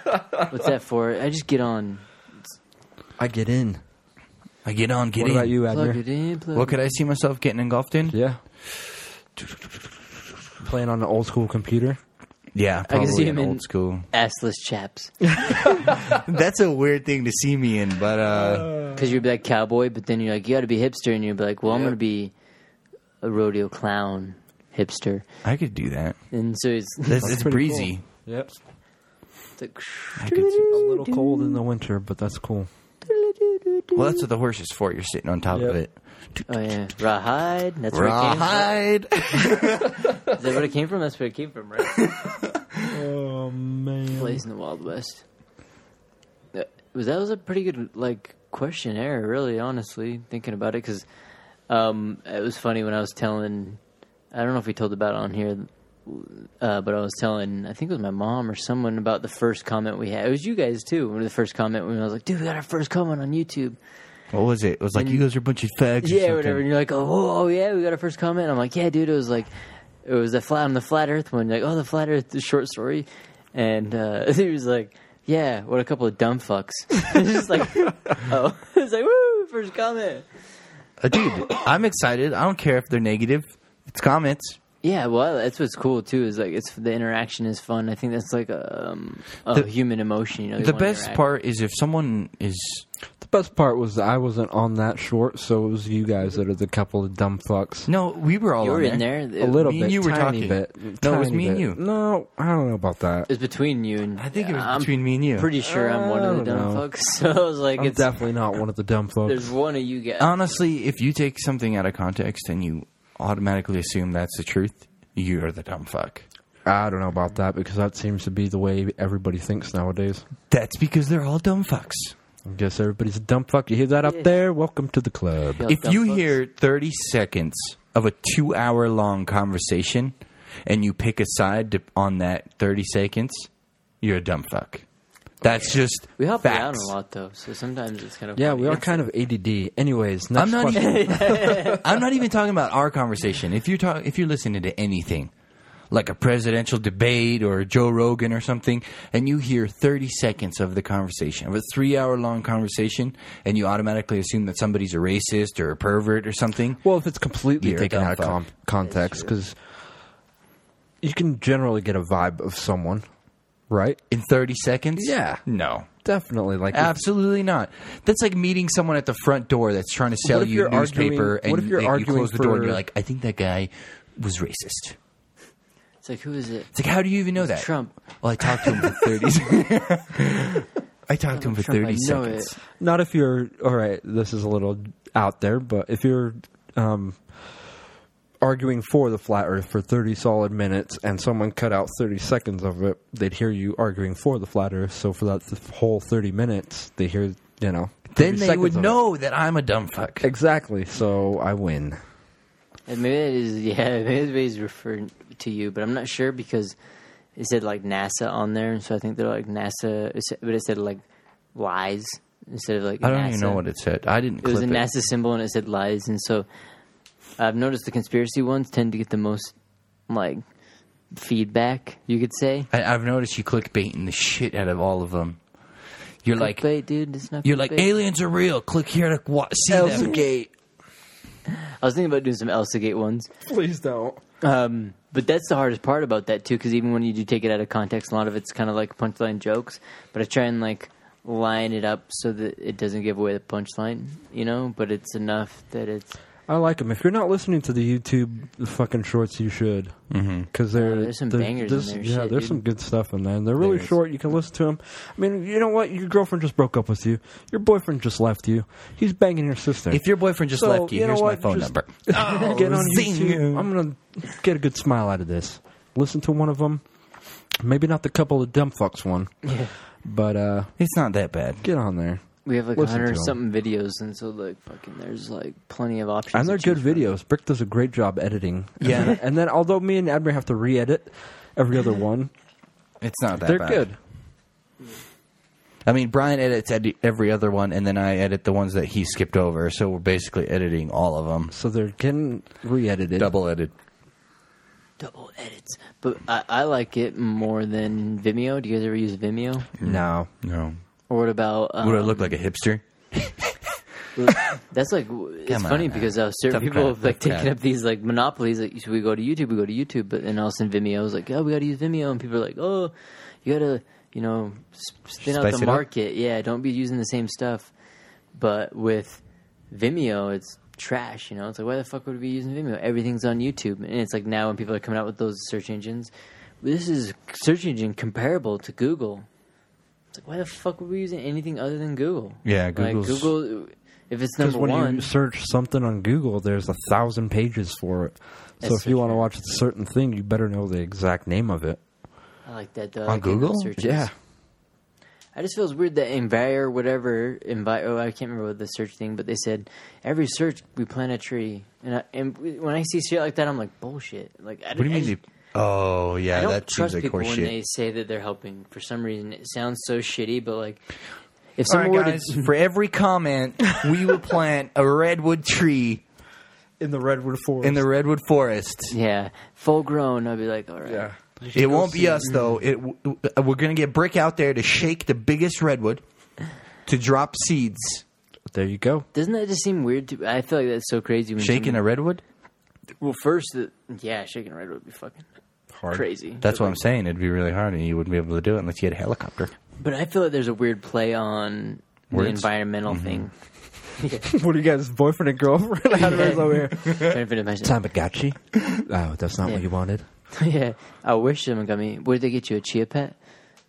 What's that for? I just get on, I get in. I get on, get what in. about you, plug Adner? it in, plug. What could I see myself getting engulfed in? Yeah. Playing on an old school computer. Yeah, I probably can see him in old in- school. assless chaps That's a weird thing to see me in, but uh, because you'd be like cowboy, but then you're like you got to be hipster, and you'd be like, well, I'm gonna be a rodeo clown hipster, I could do that. and so it's, It's, That's it's pretty breezy. Yep. it's like, I could see- A little cold in the winter, but that's cool. well, that's what the horse is for. You're sitting on top Yep. of it. oh yeah, rawhide. That's where it came from. Rawhide. Is that where it came from? That's where it came from, right? Oh man. Place in the Wild West. That was that was a pretty good like questionnaire, really. Honestly, thinking about it, because um, it was funny when I was telling. I don't know if we told about it on here, uh, but I was telling. I think it was my mom or someone about the first comment we had. It was you guys too. One of the first comment when I was like, "Dude, we got our first comment on YouTube." What was it? It was like you guys are a bunch of fags. or Yeah, something. whatever. And you're like, oh, oh, oh, yeah, we got our first comment. I'm like, yeah, dude, it was like, it was the flat on the flat Earth one. Like, oh, the flat Earth the short story, and uh, he was like, yeah, what a couple of dumb fucks. it's just like, oh, it's like, woo, first comment. Uh, dude, I'm excited. I don't care if they're negative. It's comments. Yeah, well, that's what's cool too. Is like, it's the interaction is fun. I think that's like a, um, a The- human emotion. You know, you the wanna best interact. part is if someone is The best part was that I wasn't on that short, so it was you guys that are the couple of dumb fucks. No, we were all you were on in there. A little me bit, and you were tiny talking. bit. No, it was tiny me and bit. you. No, I don't know about that. It was between you and I think it was I'm between me and you. Pretty sure I'm one of the I don't dumb know. fucks. So I was like, I'm it's definitely not one of the dumb there's folks. one of you guys. Honestly, if you take something out of context and you automatically assume that's the truth, you are the dumb fuck. I don't know about that because that seems to be the way everybody thinks nowadays. That's because they're all dumb fucks. I guess everybody's a dumb fuck. You hear that up there? Welcome to the club. Y'all if dumb you fucks. hear 30 seconds of a two hour long conversation and you pick a side to, on that 30 seconds, you're a dumb fuck. That's just we help you out facts. a lot though, so sometimes it's kind of Yeah, funny. we are kind of ADD. Anyways, next I'm not question. even. I'm not even talking about our conversation. If you're talk, if you're listening to anything, like a presidential debate or Joe Rogan or something, and you hear 30 seconds of the conversation, of a three-hour-long conversation, and you automatically assume that somebody's a racist or a pervert or something, Well, if it's completely You're a taken dumb out of fuck. com- context, because you can generally get a vibe of someone, right? in 30 seconds, Yeah. no. Definitely. Like, if- Absolutely not. That's like meeting someone at the front door that's trying to sell if you you're a newspaper, arguing- and what if you're like, you arguing close the door and for- you're like, "I think that guy was racist." It's like who is it? It's like, how do you even know that? Trump. Well, I talked to him for 30 I talked to him for Trump, 30 I know seconds. it. not if you're, all right, this is a little out there, but if you're um, arguing for the flat earth for 30 solid minutes and someone cut out 30 seconds of it, they'd hear you arguing for the flat earth. So for that th- whole 30 minutes, they hear, you know. 30 Then they seconds would of it. know that I'm a dumb fuck. Exactly. So I win. And maybe it is. Yeah, maybe it's based referring to you, but I'm not sure because it said like NASA on there, and so I think they're like NASA, it said- but it said like lies instead of like. I don't NASA. even know what it said. I didn't It was a clip NASA symbol and it said lies, and so I've noticed the conspiracy ones tend to get the most like feedback, you could say. I, I've noticed you clickbaiting the shit out of all of them. You're like, clickbait, dude, it's not. you're like, clickbait. aliens are real. Click here to wa- see them. Gate. I was thinking about doing some Elsa Gate ones, Please don't. um, but that's the hardest part about that too, because even when you do take it out of context, a lot of it's kind of like punchline jokes. But I try and like line it up so that it doesn't give away the punchline, you know. But it's enough that it's I like them. If you're not listening to the YouTube fucking shorts, you should. Mm-hmm. Because they're there's some they're- bangers in there's- there, Yeah, shit, there's dude. some good stuff in there. And they're really There is. short. You can listen to them. I mean, you know what? Your girlfriend just broke up with you. Your boyfriend just left you. He's banging your sister. If your boyfriend just So, left you, you know here's my what? phone Just- number. get on zing you. YouTube, I'm gonna get a good smile out of this. Listen to one of them. Maybe not the couple of dumb fucks one, but uh, It's not that bad. get on there. we have like Listen hundred to 'em. something videos, and so like fucking there's like plenty of options. And they're to choose good from. videos. Brick does a great job editing. Yeah. And then- and then although me and Admir have to re-edit every other one, It's not that they're bad. good. I mean, Brian edits edi- every other one, and then I edit the ones that he skipped over. So we're basically editing all of them. So they're getting re-edited. Double edit. double edits. But I, I like it more than Vimeo. Do you guys ever use Vimeo? No. No. Or what about? Um, Would I look like a hipster? That's like it's Come on funny now. because uh, certain Tough people crowd, have like tough taken crowd. up these like monopolies. Like, should we go to YouTube? We go to YouTube, but then all of a sudden Vimeo is like, oh, we got to use Vimeo, and people are like, oh, you got to you know s- spin out Spice the it up. market. Yeah, don't be using the same stuff. But with Vimeo, it's trash. You know, it's like why the fuck would we be using Vimeo? Everything's on YouTube, and it's like now when people are coming out with those search engines, this is search engine comparable to Google. It's like why the fuck would we be using anything other than Google? Yeah, like, Google's- Google. If it's Because number when one, you search something on Google, there's a thousand pages for it. So That's if you so want to true. watch a certain thing, you better know the exact name of it. I like that though. On I like getting Google? those Uh, searches. Yeah. I just feels weird that Envire or whatever Envire. Oh, I can't remember what the search thing, but they said every search we plant a tree, and I, and when I see shit like that, I'm like bullshit. Like I What do you I mean? just- you- oh, yeah, I don't that seems trust like people when horseshit. they say that they're helping. For some reason, it sounds so shitty. But like, if All someone right, were guys. to, For every comment, we will plant a redwood tree In the redwood forest. in the redwood forest. yeah, full grown, I'd be like, all right, yeah. It won't be us though. It w- w- we're gonna get brick out there to shake the biggest redwood to drop seeds. There you go. doesn't that just seem weird? To I feel like that's so crazy. When Shaking a someone- redwood? well, first, the, yeah, shaking a red would be fucking Hard. crazy. That's But, what I'm saying. It'd be really hard, and you wouldn't be able to do it unless you had a helicopter. But I feel like there's a weird play on the Words? environmental thing. what are you guys, boyfriend and girlfriend? How do I over here? Trying to finish my sentence. Tamagotchi? Oh, that's not Yeah. what you wanted. yeah, I wish someone got me. Where did they get you a chia pet?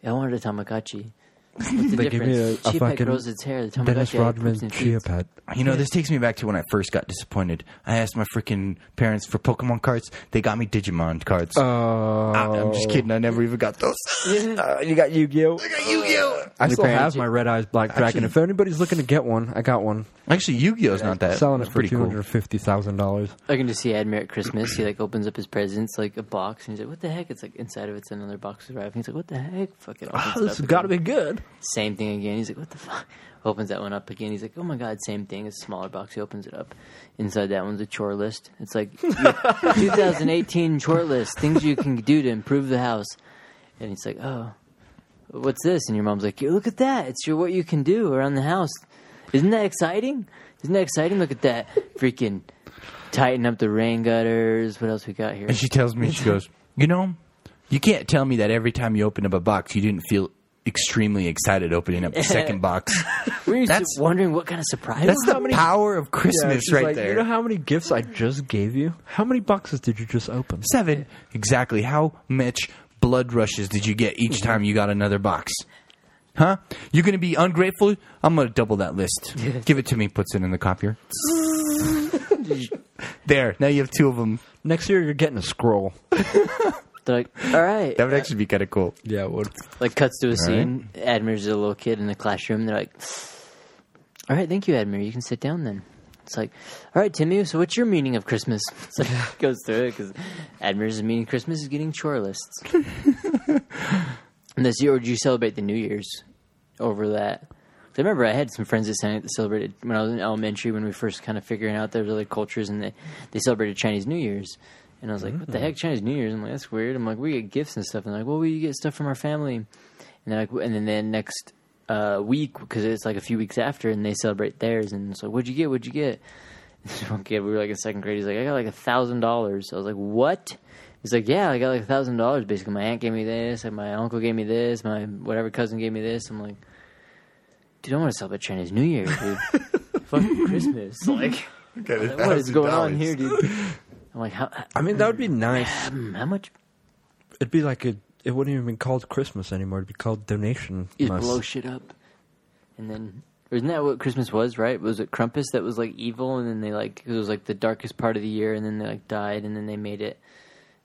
I wanted a Tamagotchi. What's the They give me difference? a- a chia pet fucking grows its hair. The Tamagotchi Dennis had Rodman poops and Chia feeds. Pet. You know, this takes me back to when I first got disappointed. I asked my freaking parents for Pokemon cards. They got me Digimon cards. Oh. I, am just kidding. I never even got those. you got Yu Gi Oh! Yu-Gi-Oh! I Your still parents- have my red eyes black dragon. Actually- If anybody's looking to get one, I got one. Actually, Yu-Gi-Oh's not that. Selling It's it for pretty two cool. hundred fifty thousand dollars. I can just see Admir at Christmas. He like opens up his presents like a box and he's like, "What the heck?" It's like inside of it's another box arriving. He's like, "What the heck?" Fucking. opens it up again. good. Same thing again. He's like, "What the fuck?" Opens that one up again. He's like, "Oh my god!" Same thing. It's a smaller box. He opens it up. Inside that one's a chore list. It's like 2018 chore list. Things you can do to improve the house. And he's like, "Oh, what's this?" And your mom's like, "Yeah, "Look at that! It's your what you can do around the house. Isn't that exciting? Isn't that exciting? Look at that! Freaking tighten up the rain gutters. What else we got here? And she tells me, she goes, You know, you can't tell me that every time you open up a box, you didn't feel extremely excited opening up the second box. Were you that's- wondering what kind of surprise? That's the power of Christmas right You there. know how many gifts I just gave you? How many boxes did you just open? Seven. Exactly. How much blood rushes did you get each time you got another box? Huh? You're going to be ungrateful? I'm going to double that list. Give it to me, puts it in the copier. there. Now you have two of them. Next year, you're getting a scroll. They're like, all right. That would actually be kind of cool. Yeah, it would. Like cuts to a scene. Admir's a little kid in the classroom. They're like, "All right, thank you, Admir. You can sit down then." It's like, "All right, Timmy. So what's your meaning of Christmas?" It's like goes through it because Admir's meaning of Christmas is getting chore lists. and this year, would you celebrate the New Year's over that? 'Cause I remember I had some friends that sang- that celebrated when I was in elementary when we first kind of figuring out there's other cultures and they they celebrated Chinese New Year's. And I was like, what the heck, Chinese New Year's? I'm like, that's weird. I'm like, we get gifts and stuff. And they're like, well, we get stuff from our family. And then, like, and then the next uh, week, because it's like a few weeks after, and they celebrate theirs. And it's like, what'd you get? What'd you get? This one kid, we were like in second grade. He's like, I got like a thousand dollars. I was like, what? He's like, yeah, I got like a thousand dollars. Basically, my aunt gave me this, and my uncle gave me this, my whatever cousin gave me this. I'm like, dude, I want to celebrate Chinese New Year, dude. Fucking Christmas, like, what is going on here, dude? I'm like, how I mean, that would be nice. how much It'd be like a. It wouldn't even be called Christmas anymore. It'd be called donation. you month. blow shit up, and then isn't that what Christmas was? Right? Was it Krampus that was like evil, and then they like it was like the darkest part of the year, and then they like died, and then they made it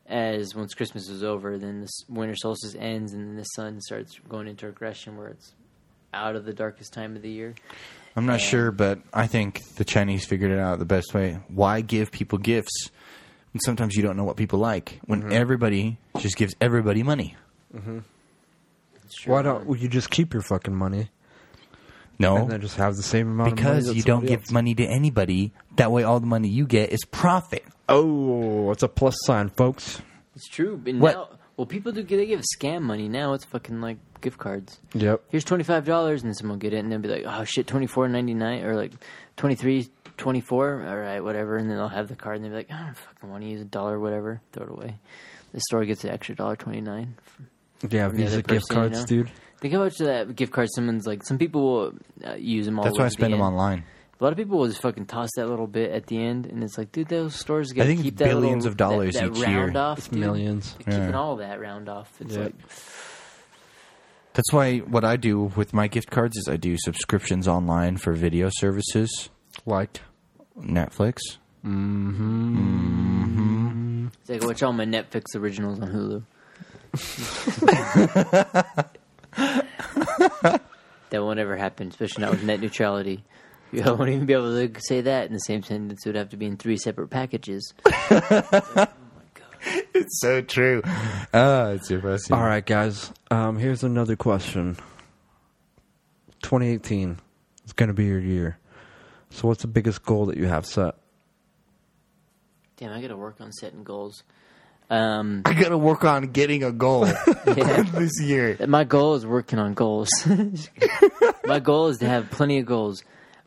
as once Christmas is over, then the s- winter solstice ends, and then the sun starts going into regression where it's out of the darkest time of the year. I'm not sure, but I think the Chinese figured it out the best way. Why give people gifts when sometimes you don't know what people like? When everybody just gives everybody money. Why don't well, you just keep your fucking money No, and then just have the same amount? because you don't give money to anybody. That way, all the money you get is profit. Oh, it's a plus sign, folks. It's true. And What- now, well, people do they give scam money now? It's fucking like gift cards. Yep. here's twenty five dollars, and then someone will get it, and they'll be like, oh shit, twenty four ninety nine or like twenty three twenty four, all right, whatever, and then they'll have the card, and they'll be like, I don't fucking want to use a dollar, whatever, throw it away. The store gets an extra dollar twenty nine. Yeah, From the Visa other gift person, you cards, know? dude. Think how much of that gift card someone's like. Some people will uh, use them all. That's the way why I to the spend them end. online. A lot of people will just fucking toss that little bit at the end, and it's like, dude, those stores get. I think keep it's that billions little- of dollars that, that each round year. Off, It's dude. millions. They're keeping Yeah. all that round off. It's Yeah. like That's why what I do with my gift cards is I do subscriptions online for video services, Like, Netflix. it's like I watch all my Netflix originals on Hulu. that won't ever happen, especially not with net neutrality. You won't even be able to say that in the same sentence. It would have to be in three separate packages. It's so true. Ah, it's depressing. all right, guys. Um, here's another question. 2018 is going to be your year. So, what's the biggest goal that you have set? Damn, I gotta work on setting goals. Um, I gotta work on getting a goal yeah. this year. my goal is working on goals. my goal is to have plenty of goals.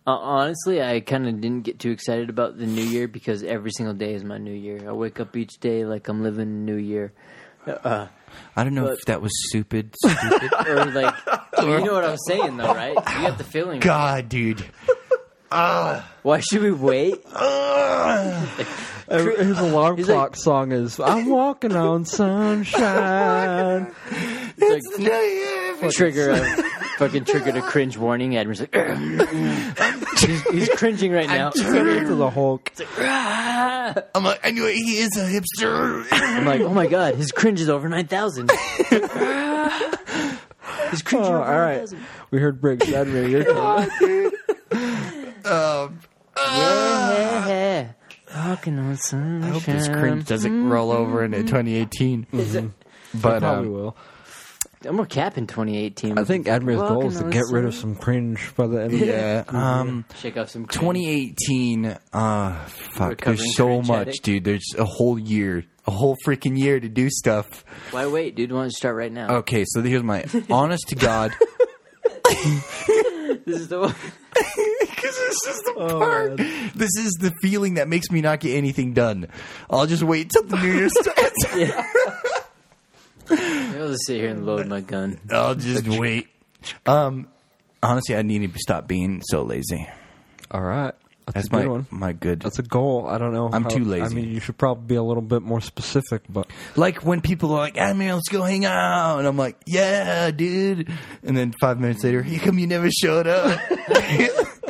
Uh, honestly, I kind of didn't get too excited about the new year because every single day is my new year. I wake up each day like I'm living a new year. I don't know if that was stupid. stupid. or like you know what I'm saying though, right? You got the feeling. God, dude. Why should we wait? His alarm He's clock song is "I'm walking on sunshine." It's like, trigger a fucking trigger to cringe warning. Adam's like, he's, he's cringing right now. Into the Hulk. I'm like, I knew it. He is a hipster. I'm like, oh my god, his cringe is over nine thousand. His cringe is Oh, over all right, 9,000. we heard Brick Sad Radio. You're- Yeah, walking on sunshine. Um, ah. I hope this cringe doesn't roll over into Mm-hmm. 2018. But Probably um, will. I'm more capping 2018. I think Admiral's goal is to Walking get on rid of some cringe by the end of the yeah, um, shake off some cringe. 2018. Uh, fuck. Recovering There's so cringe much, addict. dude. There's a whole year, a whole freaking year to do stuff. Why wait, dude? Why don't you start right now? Okay, so here's my honest to god. This is the one. Because this is the part. This is the feeling that makes me not get anything done. I'll just wait till the New Year starts. I'll just sit here and load my gun. I'll just wait. Um, honestly, I need to stop being so lazy. All right, that's, That's a my good one. my good. That's a goal. I don't know. I'm too I lazy. mean, you should probably be a little bit more specific, but Like when people are like, "Admiral, let's go hang out," and I'm like, "Yeah, dude," and then five minutes later, "How come you never showed up?"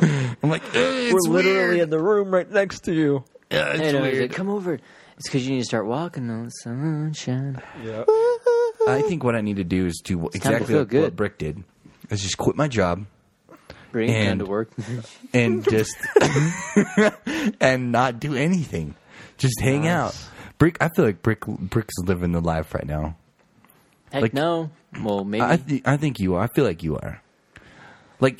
I'm like, "Eh, "It's we're literally weird. in the room right next to you. Yeah, it's Hey, no, he's weird." like, come over. It's because you need to start walking on sunshine. I think what I need to do is do what- time to exactly feel what, good. what Brick did. Is just quit my job Bring it down And- to work. and just and not do anything. Just hang out. Brick, I feel like Brick Brick's living the life right now. Heck Like- no. Well, maybe. I th- I think you are. I feel like you are. Like,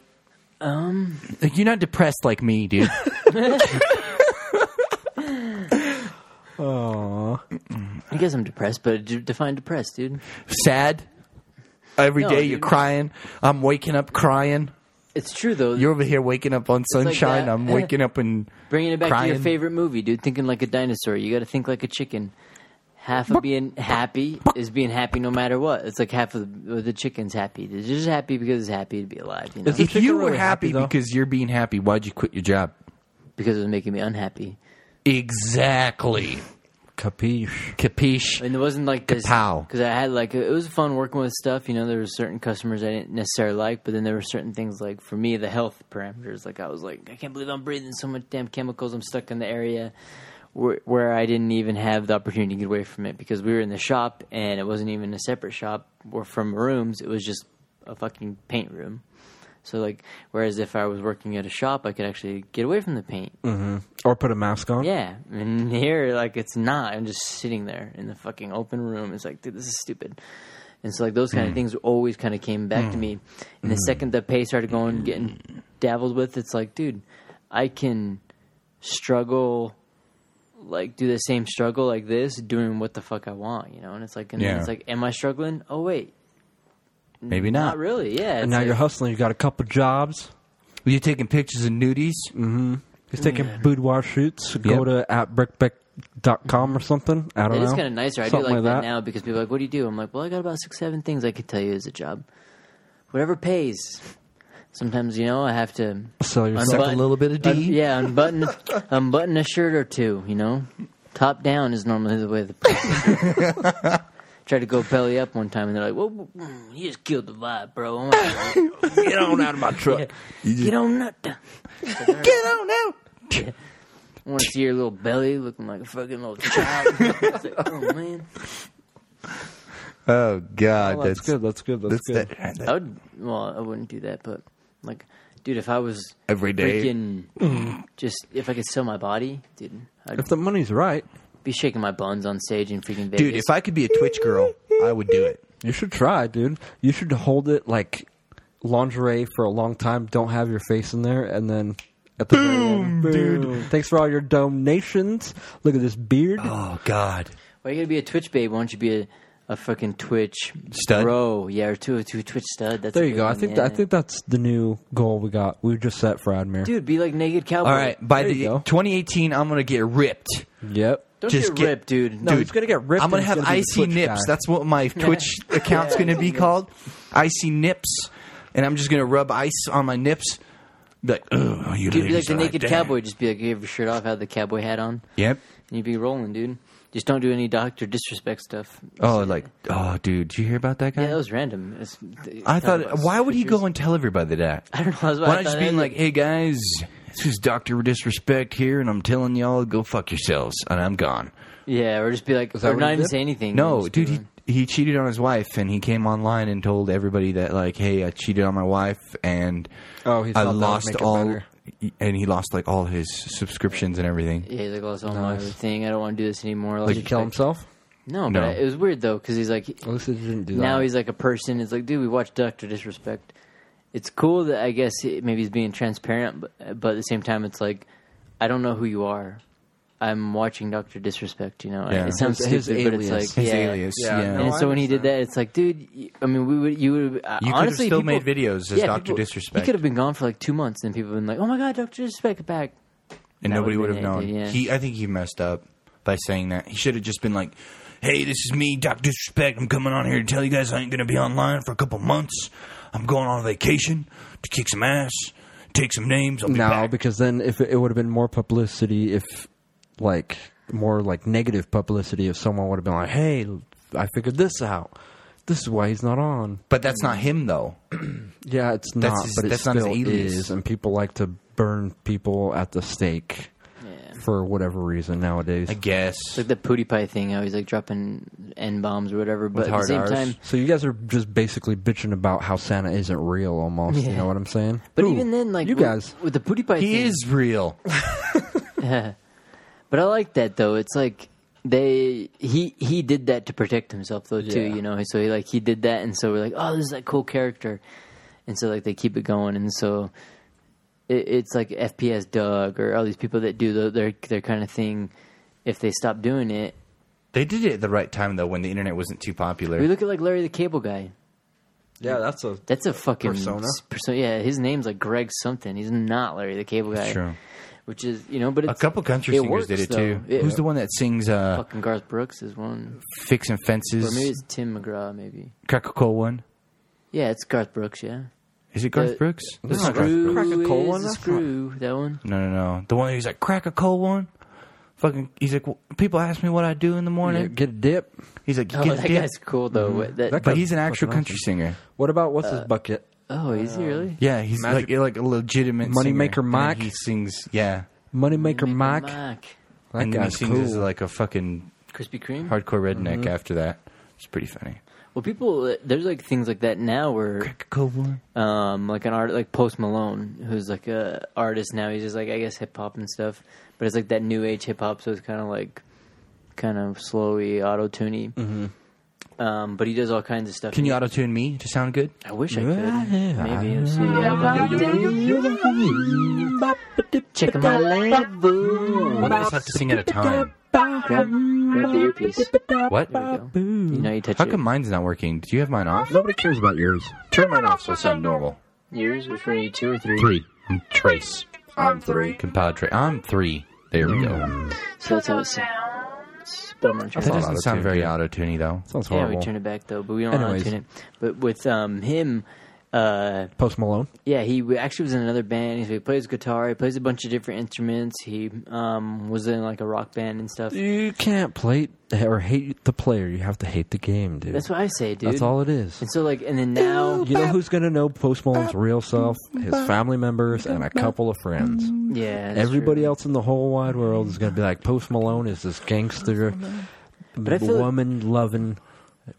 um, like you're not depressed like me, dude. I guess I'm depressed, but d- define depressed, dude. Sad. Every No, day dude. you're crying. I'm waking up crying. It's true though. You're over here waking up on like sunshine. that. I'm waking up and bringing it back to crying. your favorite movie, dude. Thinking like a dinosaur. You got to think like a chicken. Half of being happy is being happy no matter what. It's like half of the, the chicken's happy. They're just happy because it's happy to be alive, you know? Is it- If you chicken were really happy, happy though? because you're being happy, why'd you quit your job? because it was making me unhappy. Exactly. Capiche. Capiche. And it wasn't like this Kapow. because I had like it was fun working with stuff. You know, there were certain customers I didn't necessarily like, but then there were certain things like for me the health parameters. Like I was like, I can't believe I'm breathing so much damn chemicals. I'm stuck in the area where, where I didn't even have the opportunity to get away from it because we were in the shop and it wasn't even a separate shop or from rooms. It was just a fucking paint room. So like, whereas if I was working at a shop, I could actually get away from the paint. Or put a mask on. Yeah, and here like it's not. I'm just sitting there in the fucking open room. It's like, dude, this is stupid. And so like those Hmm. kind of things always kind of came back to me. And the second the pay started going, getting dabbled with, it's like, dude, I can struggle, like do the same struggle like this, doing what the fuck I want, you know. And it's like, and then Yeah. it's like, am I struggling? Oh wait, Maybe not really. Yeah. And It's now like- you're hustling. You got a couple jobs. Were you taking pictures of nudies? He's taking boudoir shoots. Go Yep. to at brickbeck.com or something. I don't It know. is kind of nicer. I do Something like that, now because people are like, "What do you do?" I'm like, "Well, I got about six, seven things I could tell you as a job, whatever pays." Sometimes you know I have to Sell yourself. Suck a little bit of D. un- yeah, unbutton, unbutton a shirt or two. You know, top down is normally the way the. Tried to go belly up one time, and they're like, "Well, mm, you just killed the vibe, bro." I'm like, Get on out of my truck. Get on up. there. Get on out. I want to see your little belly looking like a fucking little child. It's like, oh man, Oh God, Well, that's, good. That's good. That's, good. that- that- I would. Well, I wouldn't do that, but like, dude, if I was every day. freaking just if I could sell my body, dude, I'd Mm. If the money's right, be shaking my buns on stage in freaking Vegas. Dude, if I could be a Twitch girl, I would do it. you should try, dude. You should hold it like lingerie for a long time. Don't have your face in there, and then. At the very end, boom, dude. Thanks for all your donations. Look at this beard. Oh God, why you gotta be a Twitch babe? Why don't you be a, a fucking Twitch Stud? bro? Yeah, or two, two Twitch stud. That's a There you good go. I one, think yeah. I think that's the new goal we got. We just set for Admir. dude, be like naked cowboy. All right, by There you the go. 2018, I'm gonna get ripped. Yep. Don't get, Just get- ripped, dude. No, it's gonna get ripped. I'm gonna and it's have be the icy Twitch nips. guy. That's what my Twitch account's gonna be called, icy nips. And I'm just gonna rub ice on my nips. Be like, oh, you Dude, be like ladies the are naked that." cowboy. Just be like, you have your shirt off, have the cowboy hat on, Yep. and you'd be rolling, dude. Just don't do any doctor disrespect stuff. Oh, like, oh, dude, did you hear about that guy? yeah, that was random. It's- I it's not thought, about why would he pictures. go and tell everybody that? I don't know. That's Why I not just thought. being like, hey guys, this is Doctor Disrespect here, and I'm telling y'all, go fuck yourselves, and I'm gone. yeah, or just be like, that or what not he even did? say anything. No, Just be dude, he, like- he cheated on his wife, and he came online and told everybody that, like, hey, I cheated on my wife, and Oh, he I thought that would lost make it all, better. and he lost like all his subscriptions and everything. Yeah, he's like, well, it's all my Nice. thing. I don't want to do this anymore. Did he kill himself? No, but No. I- it was weird though because he's like, At least he didn't do that. now he's like a person. It's like, dude, we watched Doctor Disrespect. It's cool that I guess he, maybe he's being transparent, but, but at the same time, it's like, I don't know who you are. I'm watching Doctor Disrespect. You know, Yeah. it sounds His- his stupid, but it's alias. like His yeah. alias, yeah. Yeah, no, And I so when he did understand. that, it's like, dude. y- I mean, we would you would uh, You could've honestly still people- made videos as yeah, Dr. people- Disrespect. He could have been gone for like two months, and people have been like, "Oh my god, Doctor Disrespect back." and That nobody would would've have been it, known. dude, yeah. He, I think he messed up by saying that. He should have just been like, "Hey, this is me, Doc Disrespect. I'm coming on here to tell you guys I ain't gonna be online for a couple months. I'm going on vacation to kick some ass, take some names. I'll be no, back." because then if it, would have been more publicity, if like more like negative publicity, if someone would have been like, "Hey, I figured this out. This is why he's not on." But that's not him, though. Yeah, it's That's not, his- but it that's not his still alias. is, and people like to burn people at the stake Yeah. for whatever reason nowadays. I guess. It's like the PewDiePie thing, how he's like dropping n bombs or whatever. But at hard the same Rs. time, so you guys are just basically bitching about how Santa isn't real, almost. You Yeah. know what I'm saying? but Ooh, even then, like you with- guys, with the PewDiePie, He thing, is real. But I like that though. It's like they he he did that to protect himself though too. Yeah. You know, so he like he did that, and so we're like, oh, this is that cool character, and so like they keep it going, and so it, it's like FPS Doug or all these people that do the, their their kind of thing. If they stop doing it, They did it at the right time, though, when the internet wasn't too popular. we look at like Larry the Cable Guy. yeah, that's a That's a fucking Persona? s- perso- yeah, his name's like Greg something. He's not Larry the Cable Guy. true. Which is you know, but a it's, couple country it singers works, did it though. too. It- Who's the one that sings uh, fucking Garth Brooks is one, "Fixing or maybe Fences"? it's Tim McGraw. Maybe Cracker Cole one. yeah, it's Garth Brooks. Yeah, Is it Garth The- Brooks? the It's not Garth Brooks. screw Brooks. Crack a cold is one? the That's not- screw. That one. No, no, no. The one who's like, crack a cold one. Fucking, he's like, "Well, people ask me what I do in the morning. get a dip. He's like, you Oh, get that a dip. guy's cool though. What- That, That But guy's he's an actual fucking country awesome. singer. What about what's his bucket? oh, is he really? Yeah, he's like, like a legitimate Moneymaker singer. And Mike. He sings, yeah. Moneymaker Mike. That and then he guy's sings cool. as like a fucking Krispy Kreme. hardcore redneck after that. It's pretty funny. Well, people, uh, there's like things like that now where, Crack a cold one. um, like an art, like Post Malone, who's like a artist now. He's just like I guess hip hop and stuff, but it's like that new age hip hop, so it's kind of like, kind of slowy, auto tuny. Um, but he does all kinds of stuff. Can you auto tune me to sound good? I wish I Yeah. could. Maybe I'll see. Check my level. One of us have to sing at a time. Grab, grab the earpiece. What? There we go. You know, you touch How it. come mine's not working? Do you have mine off? Nobody cares about yours. Turn mine off so I sound normal. Yours? Which one are you, two or three? Three. I'm Trace. I'm three. Compadre. I'm three. There we Hmm. go. So that's how it sounds. But I'm gonna turn That it off. doesn't sound auto-tune, very dude. auto tuney though. Sounds Yeah, horrible. we turn it back though, but we don't want Anyways. to tune it. But with um, him, uh, Post Malone. yeah, he w- actually was in another band. He plays guitar. He plays a bunch of different instruments. He um, was in like a rock band and stuff. You can't play or hate the player. You have to hate the game, dude. That's what I say, dude. That's all it is. And so like, and then now, You know who's gonna know Post Malone's real self? His family members and a couple of friends. yeah, that's Everybody true. else in the whole wide world is gonna be like, Post Malone is this gangster, I feel- woman loving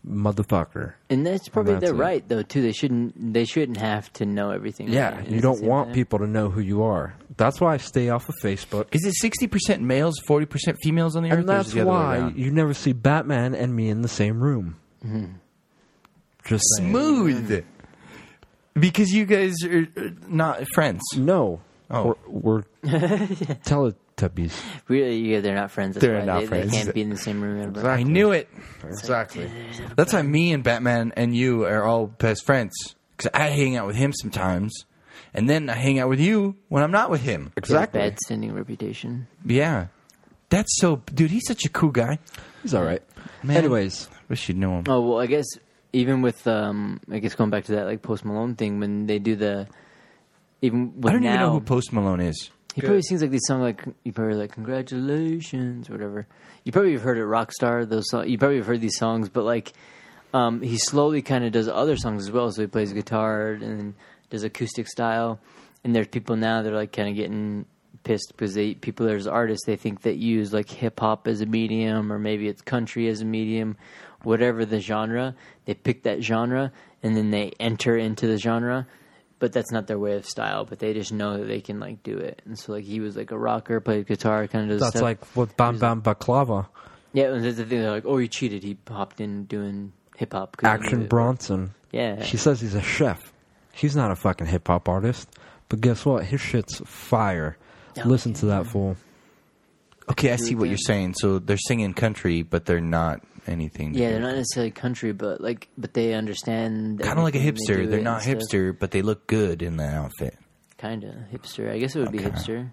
motherfucker. and that's probably that's they're it. right though too. They shouldn't, they shouldn't have to know everything. right Yeah, now. you It's the don't same want thing. people to know who you are. That's why I stay off of Facebook. Is it sixty percent males, forty percent females on the earth? and or is that's it the other way why around? you never see Batman and me in the same room. Just saying. smooth. Because you guys are uh, not friends. No, Oh. we're, we're Teletubbies. Really, yeah, they're not friends. That's They're why not they, friends. They can't be in the same room. ever. I knew it. Exactly. That's why me and Batman and you are all best friends. Because I hang out with him sometimes, and then I hang out with you when I'm not with him. They have a Exactly. Bad standing reputation. Yeah. That's so, dude. He's such a cool guy. He's all right. Man. Anyways, Wish you'd know him. Oh well, I guess even with um, I guess going back to that like Post Malone thing when they do the even with I don't now even know who Post Malone is. he probably sings like these songs like you probably like congratulations or whatever. You probably have heard it Rockstar those songs. You probably have heard these songs, but like um, he slowly kind of does other songs as well. So he plays guitar and then does acoustic style. And there's people now that are like kind of getting pissed because they people there's artists they think that use like hip hop as a medium or maybe it's country as a medium, whatever the genre. They pick that genre and then they enter into the genre, but that's not their way of style. But they just know that they can like do it. And so like he was like a rocker, played guitar, kind of does. that's stuff. like what Bam Bam Baklava, yeah, and that's the thing. They're like, oh, you cheated. He hopped in doing hip hop. 'cause he knew Action it Bronson. yeah. She says he's a chef. He's not a fucking hip hop artist. But guess what? His shit's fire. Yeah. Listen to that fool. Okay, I see what you're saying. So they're singing country, but they're not anything. yeah, they're not necessarily country, but like, but they understand. kind of like a everything they hipster. do They're and not stuff. hipster, but they look good in that outfit. Kind of hipster. I guess it would be hipster.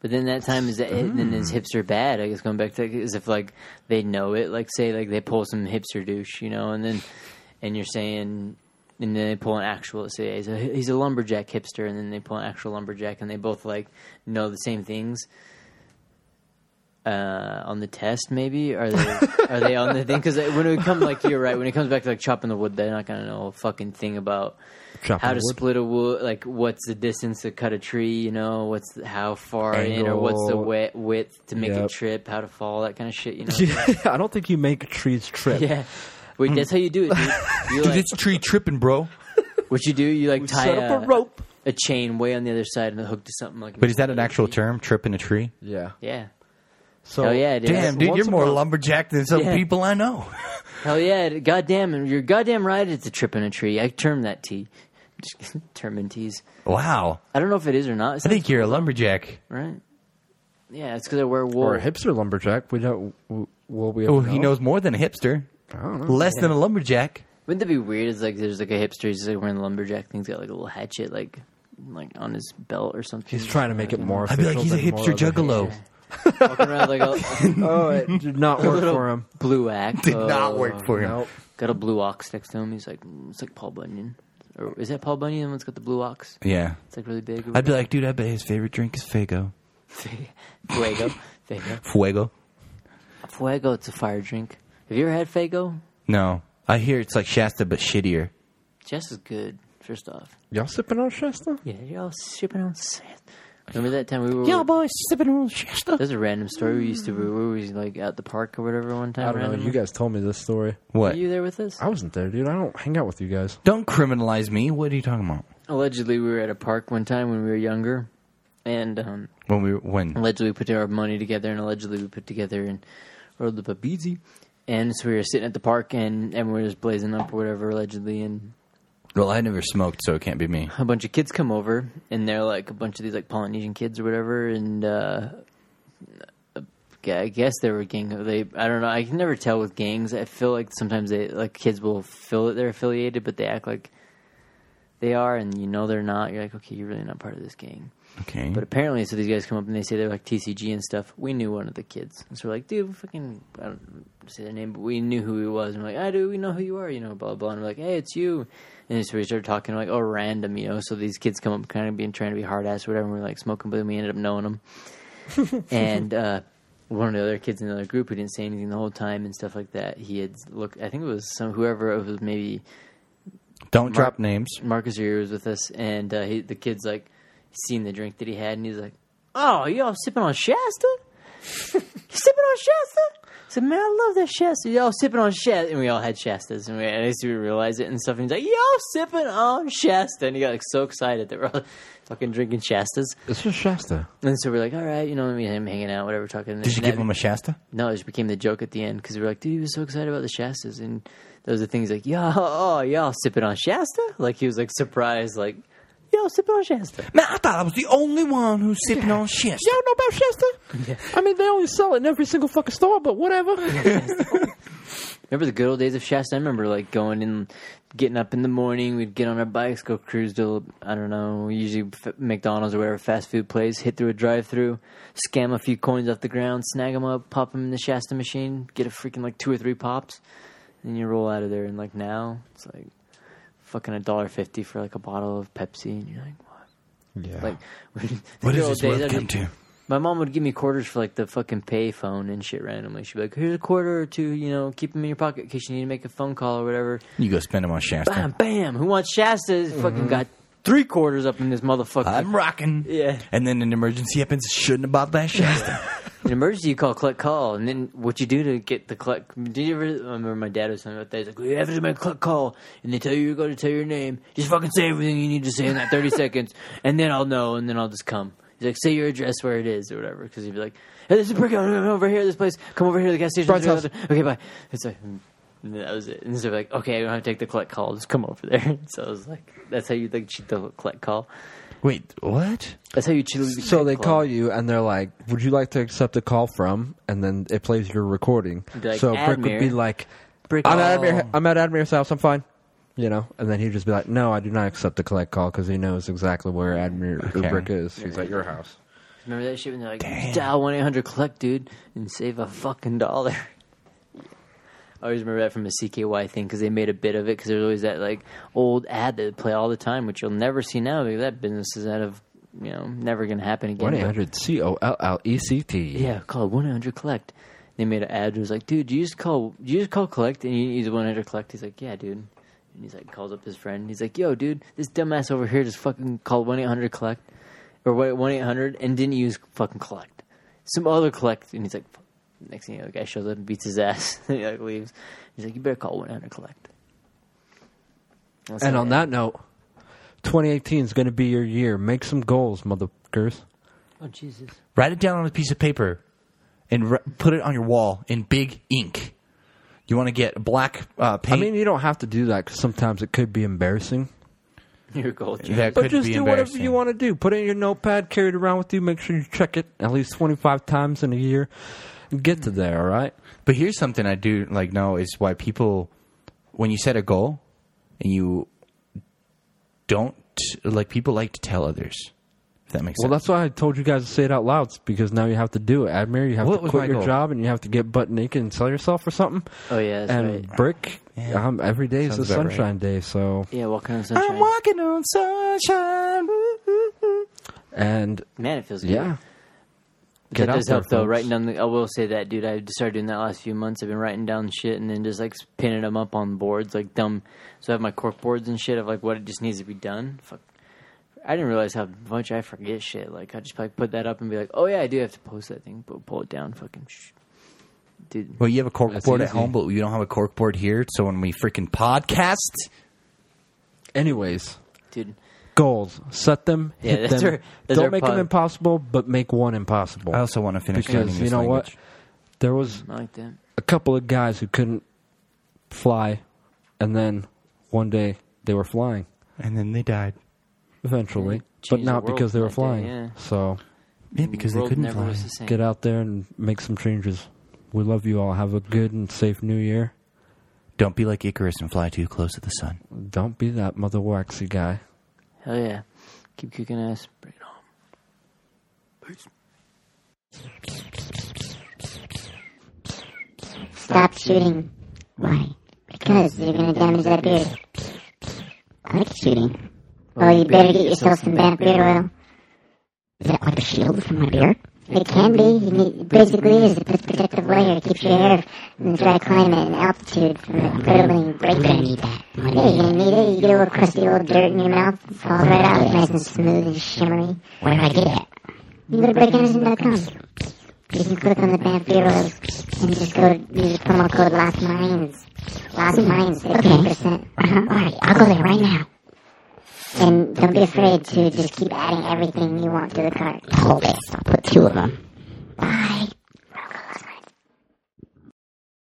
But then that time is that then is hipster bad? I guess going back to is if like they know it, like say like they pull some hipster douche, you know, and then and you're saying and then they pull an actual say he's a, he's a lumberjack hipster, and then they pull an actual lumberjack, and they both like know the same things. Uh, on the test, maybe are they are they on the thing? Because when it comes like you're right, when it comes back to like chopping the wood, they're not gonna know a fucking thing about Chopping how to wood. split a wood, like what's the distance to cut a tree, you know, what's how far in or what's the Angle. wet width to make Yep. it trip, how to fall, that kind of shit, you know. yeah. I don't think you make trees trip. Wait, that's how you do it, dude. You like, tree tripping, bro. what you do, you like tie Set up a rope. a chain way on the other side and hook to something like But is that an actual term? Tripping a tree? Yeah. Yeah. So Hell yeah, it is. Damn, dude, once you're a more month. lumberjack than some Yeah. people I know. Hell yeah. it- Goddamn, you're goddamn right it's a trip in a tree. I term that T. term in T's. Wow, I don't know if it is or not. It I sounds- think you're a lumberjack. right? Yeah, it's because I wear wool. Or a hipster lumberjack. We don't. w- Will we? Oh, ever he know? knows more than a hipster. I don't know. Less than a lumberjack. Wouldn't that be weird? It's like there's like a hipster he's like wearing a lumberjack thing. He's got like a little hatchet like like on his belt or something. He's trying to make it more. I'd be like, he's a official than hipster more juggalo. walking around like a, Oh, it did not a work little for him. blue axe. Did not work for him. Nope. Got a blue ox next to him. He's like mm, it's like Paul Bunyan. Or is that Paul Bunyan? The one's got the blue ox. Yeah. It's like really big. I'd be like, dude, I bet his favorite drink is Fago. Fuego, Fuego, Fuego? Fuego. It's a fire drink. Have you ever had Fuego? No. I hear it's like Shasta, but shittier. Jess is good. First off, Y'all sipping on Shasta? yeah, y'all sipping on sand. Remember that time we were? boys, sipping on Shasta. There's a random story we used to. We were we, like at the park or whatever one time. I don't know. randomly. You guys told me this story. Were What? you there with us? I wasn't there, dude. I don't hang out with you guys. Don't criminalize me. What are you talking about? Allegedly, we were at a park one time when we were younger, and um, When we when allegedly we put our money together, and allegedly we put together and rolled up a beezy. And so we were sitting at the park, and everyone was blazing up or whatever, allegedly. And well, I never smoked, so it can't be me. a bunch of kids come over, and they're like a bunch of these like Polynesian kids or whatever, and uh, yeah, I guess they were gang. They I don't know. I can never tell with gangs. I feel like sometimes they like kids will feel that they're affiliated, but they act like they are, and you know they're not. You're like, okay, you're really not part of this gang. Okay, But apparently, so these guys come up and they say they're like TCG and stuff. We knew one of the kids, and so we're like, dude, we fucking, I don't say their name, but we knew who he was. And we're like, I do, we know who you are, you know, blah blah. And we're like, hey, it's you. And so we started talking like, oh, random, you know. So these kids come up, kind of being trying to be hard ass, or whatever. And we're like smoking, but then we ended up knowing them. and uh, one of the other kids in the other group who didn't say anything the whole time and stuff like that. He had look, I think it was some whoever it was maybe don't Mar- drop names. Marcus Uribe was with us, and uh, he, the kid's like, seen the drink that he had, and he's like, "Oh, y'all sipping on Shasta? you sipping on Shasta?" I said, "Man, I love that Shasta. Y'all sipping on Shasta?" And we all had Shastas, and we and I used to realize it and stuff. And he's like, "Y'all sipping on Shasta?" And he got like so excited that we're all fucking drinking Shastas. It's just Shasta. And so we're like, "All right, you know, me and him hanging out, whatever, talking." Did you give him a Shasta? No, it just became the joke at the end because we were like, dude, he was so excited about the Shastas. And those are things like, yeah, oh, y'all sipping on Shasta? Like, he was like surprised, like, y'all sipping on Shasta. Man, I thought I was the only one who's sipping on Shasta. don't know about Shasta? I mean, they only sell it in every single fucking store, but whatever. Remember the good old days of Shasta? I remember like going in, getting up in the morning. We'd get on our bikes, go cruise to I don't know, usually f- McDonald's or whatever fast food place. Hit through a drive-through, scam a few coins off the ground, snag them up, pop them in the Shasta machine, get a freaking like two or three pops, and you roll out of there. And like now, it's like fucking a dollar fifty for like a bottle of Pepsi, and you're like, what? Yeah. Like, the What good does old this days, world I'd come be- to? my mom would give me quarters for like the fucking pay phone and shit randomly. She'd be like, here's a quarter or two, you know, keep them in your pocket in case you need to make a phone call or whatever. You go spend them on Shasta. Bam, bam. Who wants Shasta? Fucking got three quarters up in this motherfucker. I'm rocking. Yeah. And then an emergency happens. Shouldn't have bought that Shasta. An emergency, you call collect call. And then what you do to get the collect. Did you ever. I remember my dad was something about that. He's like, you have to make collect call. And they tell you you're going to tell your name. Just fucking say everything you need to say in that 30 seconds. And then I'll know. And then I'll just come. He's like, say your address where it is or whatever. Because he'd be like, hey, this is pretty good. Over here, this place. Come over here to the gas station. Brian's house. Okay, bye. It's like. mm. And that was it. And so like, okay, I don't have to take the collect call. Just come over there. So I was like, that's how you like cheat the collect call. Wait, what? That's how you cheat. the So collect they call call you and they're like, "Would you like to accept a call from?" And then it plays your recording. Be like, so Brick would be "Admir." like, Brick "I'm at call. Admir. I'm at Admir's house. I'm fine." You know, and then he'd just be like, "No, I do not accept the collect call because he knows exactly where Admir or Okay. Brick is. He's at your house." Remember that shit when they're like, dial 1 800 collect, dude, and save a fucking dollar. I always remember that from a CKY thing because they made a bit of it because there's always that like old ad that they play all the time, which you'll never see now because that business is out of, you know, never going to happen again. One But- eight hundred C O L L E C T. yeah, call one hundred collect. They made an ad. It was like, dude, you just call, you just call collect, and you use one hundred collect. He's like, yeah, dude. And he's like, calls up his friend. and He's like, yo, dude, this dumbass over here just fucking called one eight hundred collect, or one eight hundred, and didn't use fucking collect. Some other collect, and he's like, fuck. next thing you know, the guy shows up and beats his ass. and he like leaves. He's like, you better call one hundred collect. That's And how on it that note, 2018 is going to be your year. Make some goals, motherfuckers. happened. oh Jesus, Write it down on a piece of paper and r- put it on your wall in big ink. You want to get black uh, I paint. mean, you don't have to do that because sometimes it could be embarrassing. your goal. Jesus. that But could just be do whatever embarrassing. you want to do. Put it in your notepad, carry it around with you. Make sure you check it at least 25 times in a year. Get to there, all right? But here's something I do like know is why people, when you set a goal, and you don't like people like to tell others. If that makes Well, sense. that's why I told you guys to say it out loud because now you have to do it. Admir, you have What to was my quit your goal? job and you have to get butt naked and sell yourself or something. Oh yeah, that's and right. Brick, Yeah. um, every day is Sounds a about right. sunshine day, so. Yeah, walking on sunshine. I'm walking on sunshine. And Man, it feels good. yeah. That out does there, help though. folks. Writing down, the, I will say that, dude. I started doing that last few months. I've been writing down shit and then just like pinning them up on boards, like dumb. So I have my cork boards and shit of like what it just needs to be done. Fuck, I didn't realize how much I forget shit. Like I just like put that up and be like, oh yeah, I do have to post that thing, but pull it down, fucking, sh- dude. Well, you have a cork That's board at easy. home, but you don't have a cork board here. So when we freaking podcast, Anyways, Dude, goals. Set them. Yeah, hit that's them. our- that's Don't our make pod- them impossible, but make one impossible. I also want to finish learning because this you know language. what? There was I like that. a couple of guys who couldn't fly, and then one day they were flying And then they died. eventually, Mm-hmm. Changed but the not because world they were that day, flying. yeah. So Yeah, because The they world couldn't never fly. was the same. get out there and make some changes. We love you all. Have a good and safe new year. Don't be like Icarus and fly too close to the sun. Don't be that mother waxy guy. Hell yeah, keep kicking ass. Bring it on. Stop shooting. Why? Because you're gonna damage that beard. I like shooting. Well, you better get yourself some bad beard oil. Is that like a shield for my beard? It can be. You need, basically, is this protective layer to keep your hair from dry climate and altitude from the curdling break. You're gonna need that. Yeah, you're gonna need it. You get a little crusty old dirt in your mouth, it falls right out, nice and smooth and shimmery. Where do I get it? You go to breakenderson.com. You can click on the bad bureaus and just go to use promo code Lost Minds. Lost Minds, fifteen percent. Alright, I'll go there right now. And don't be afraid to just keep adding everything you want to the cart. Hold this. I'll put two of them.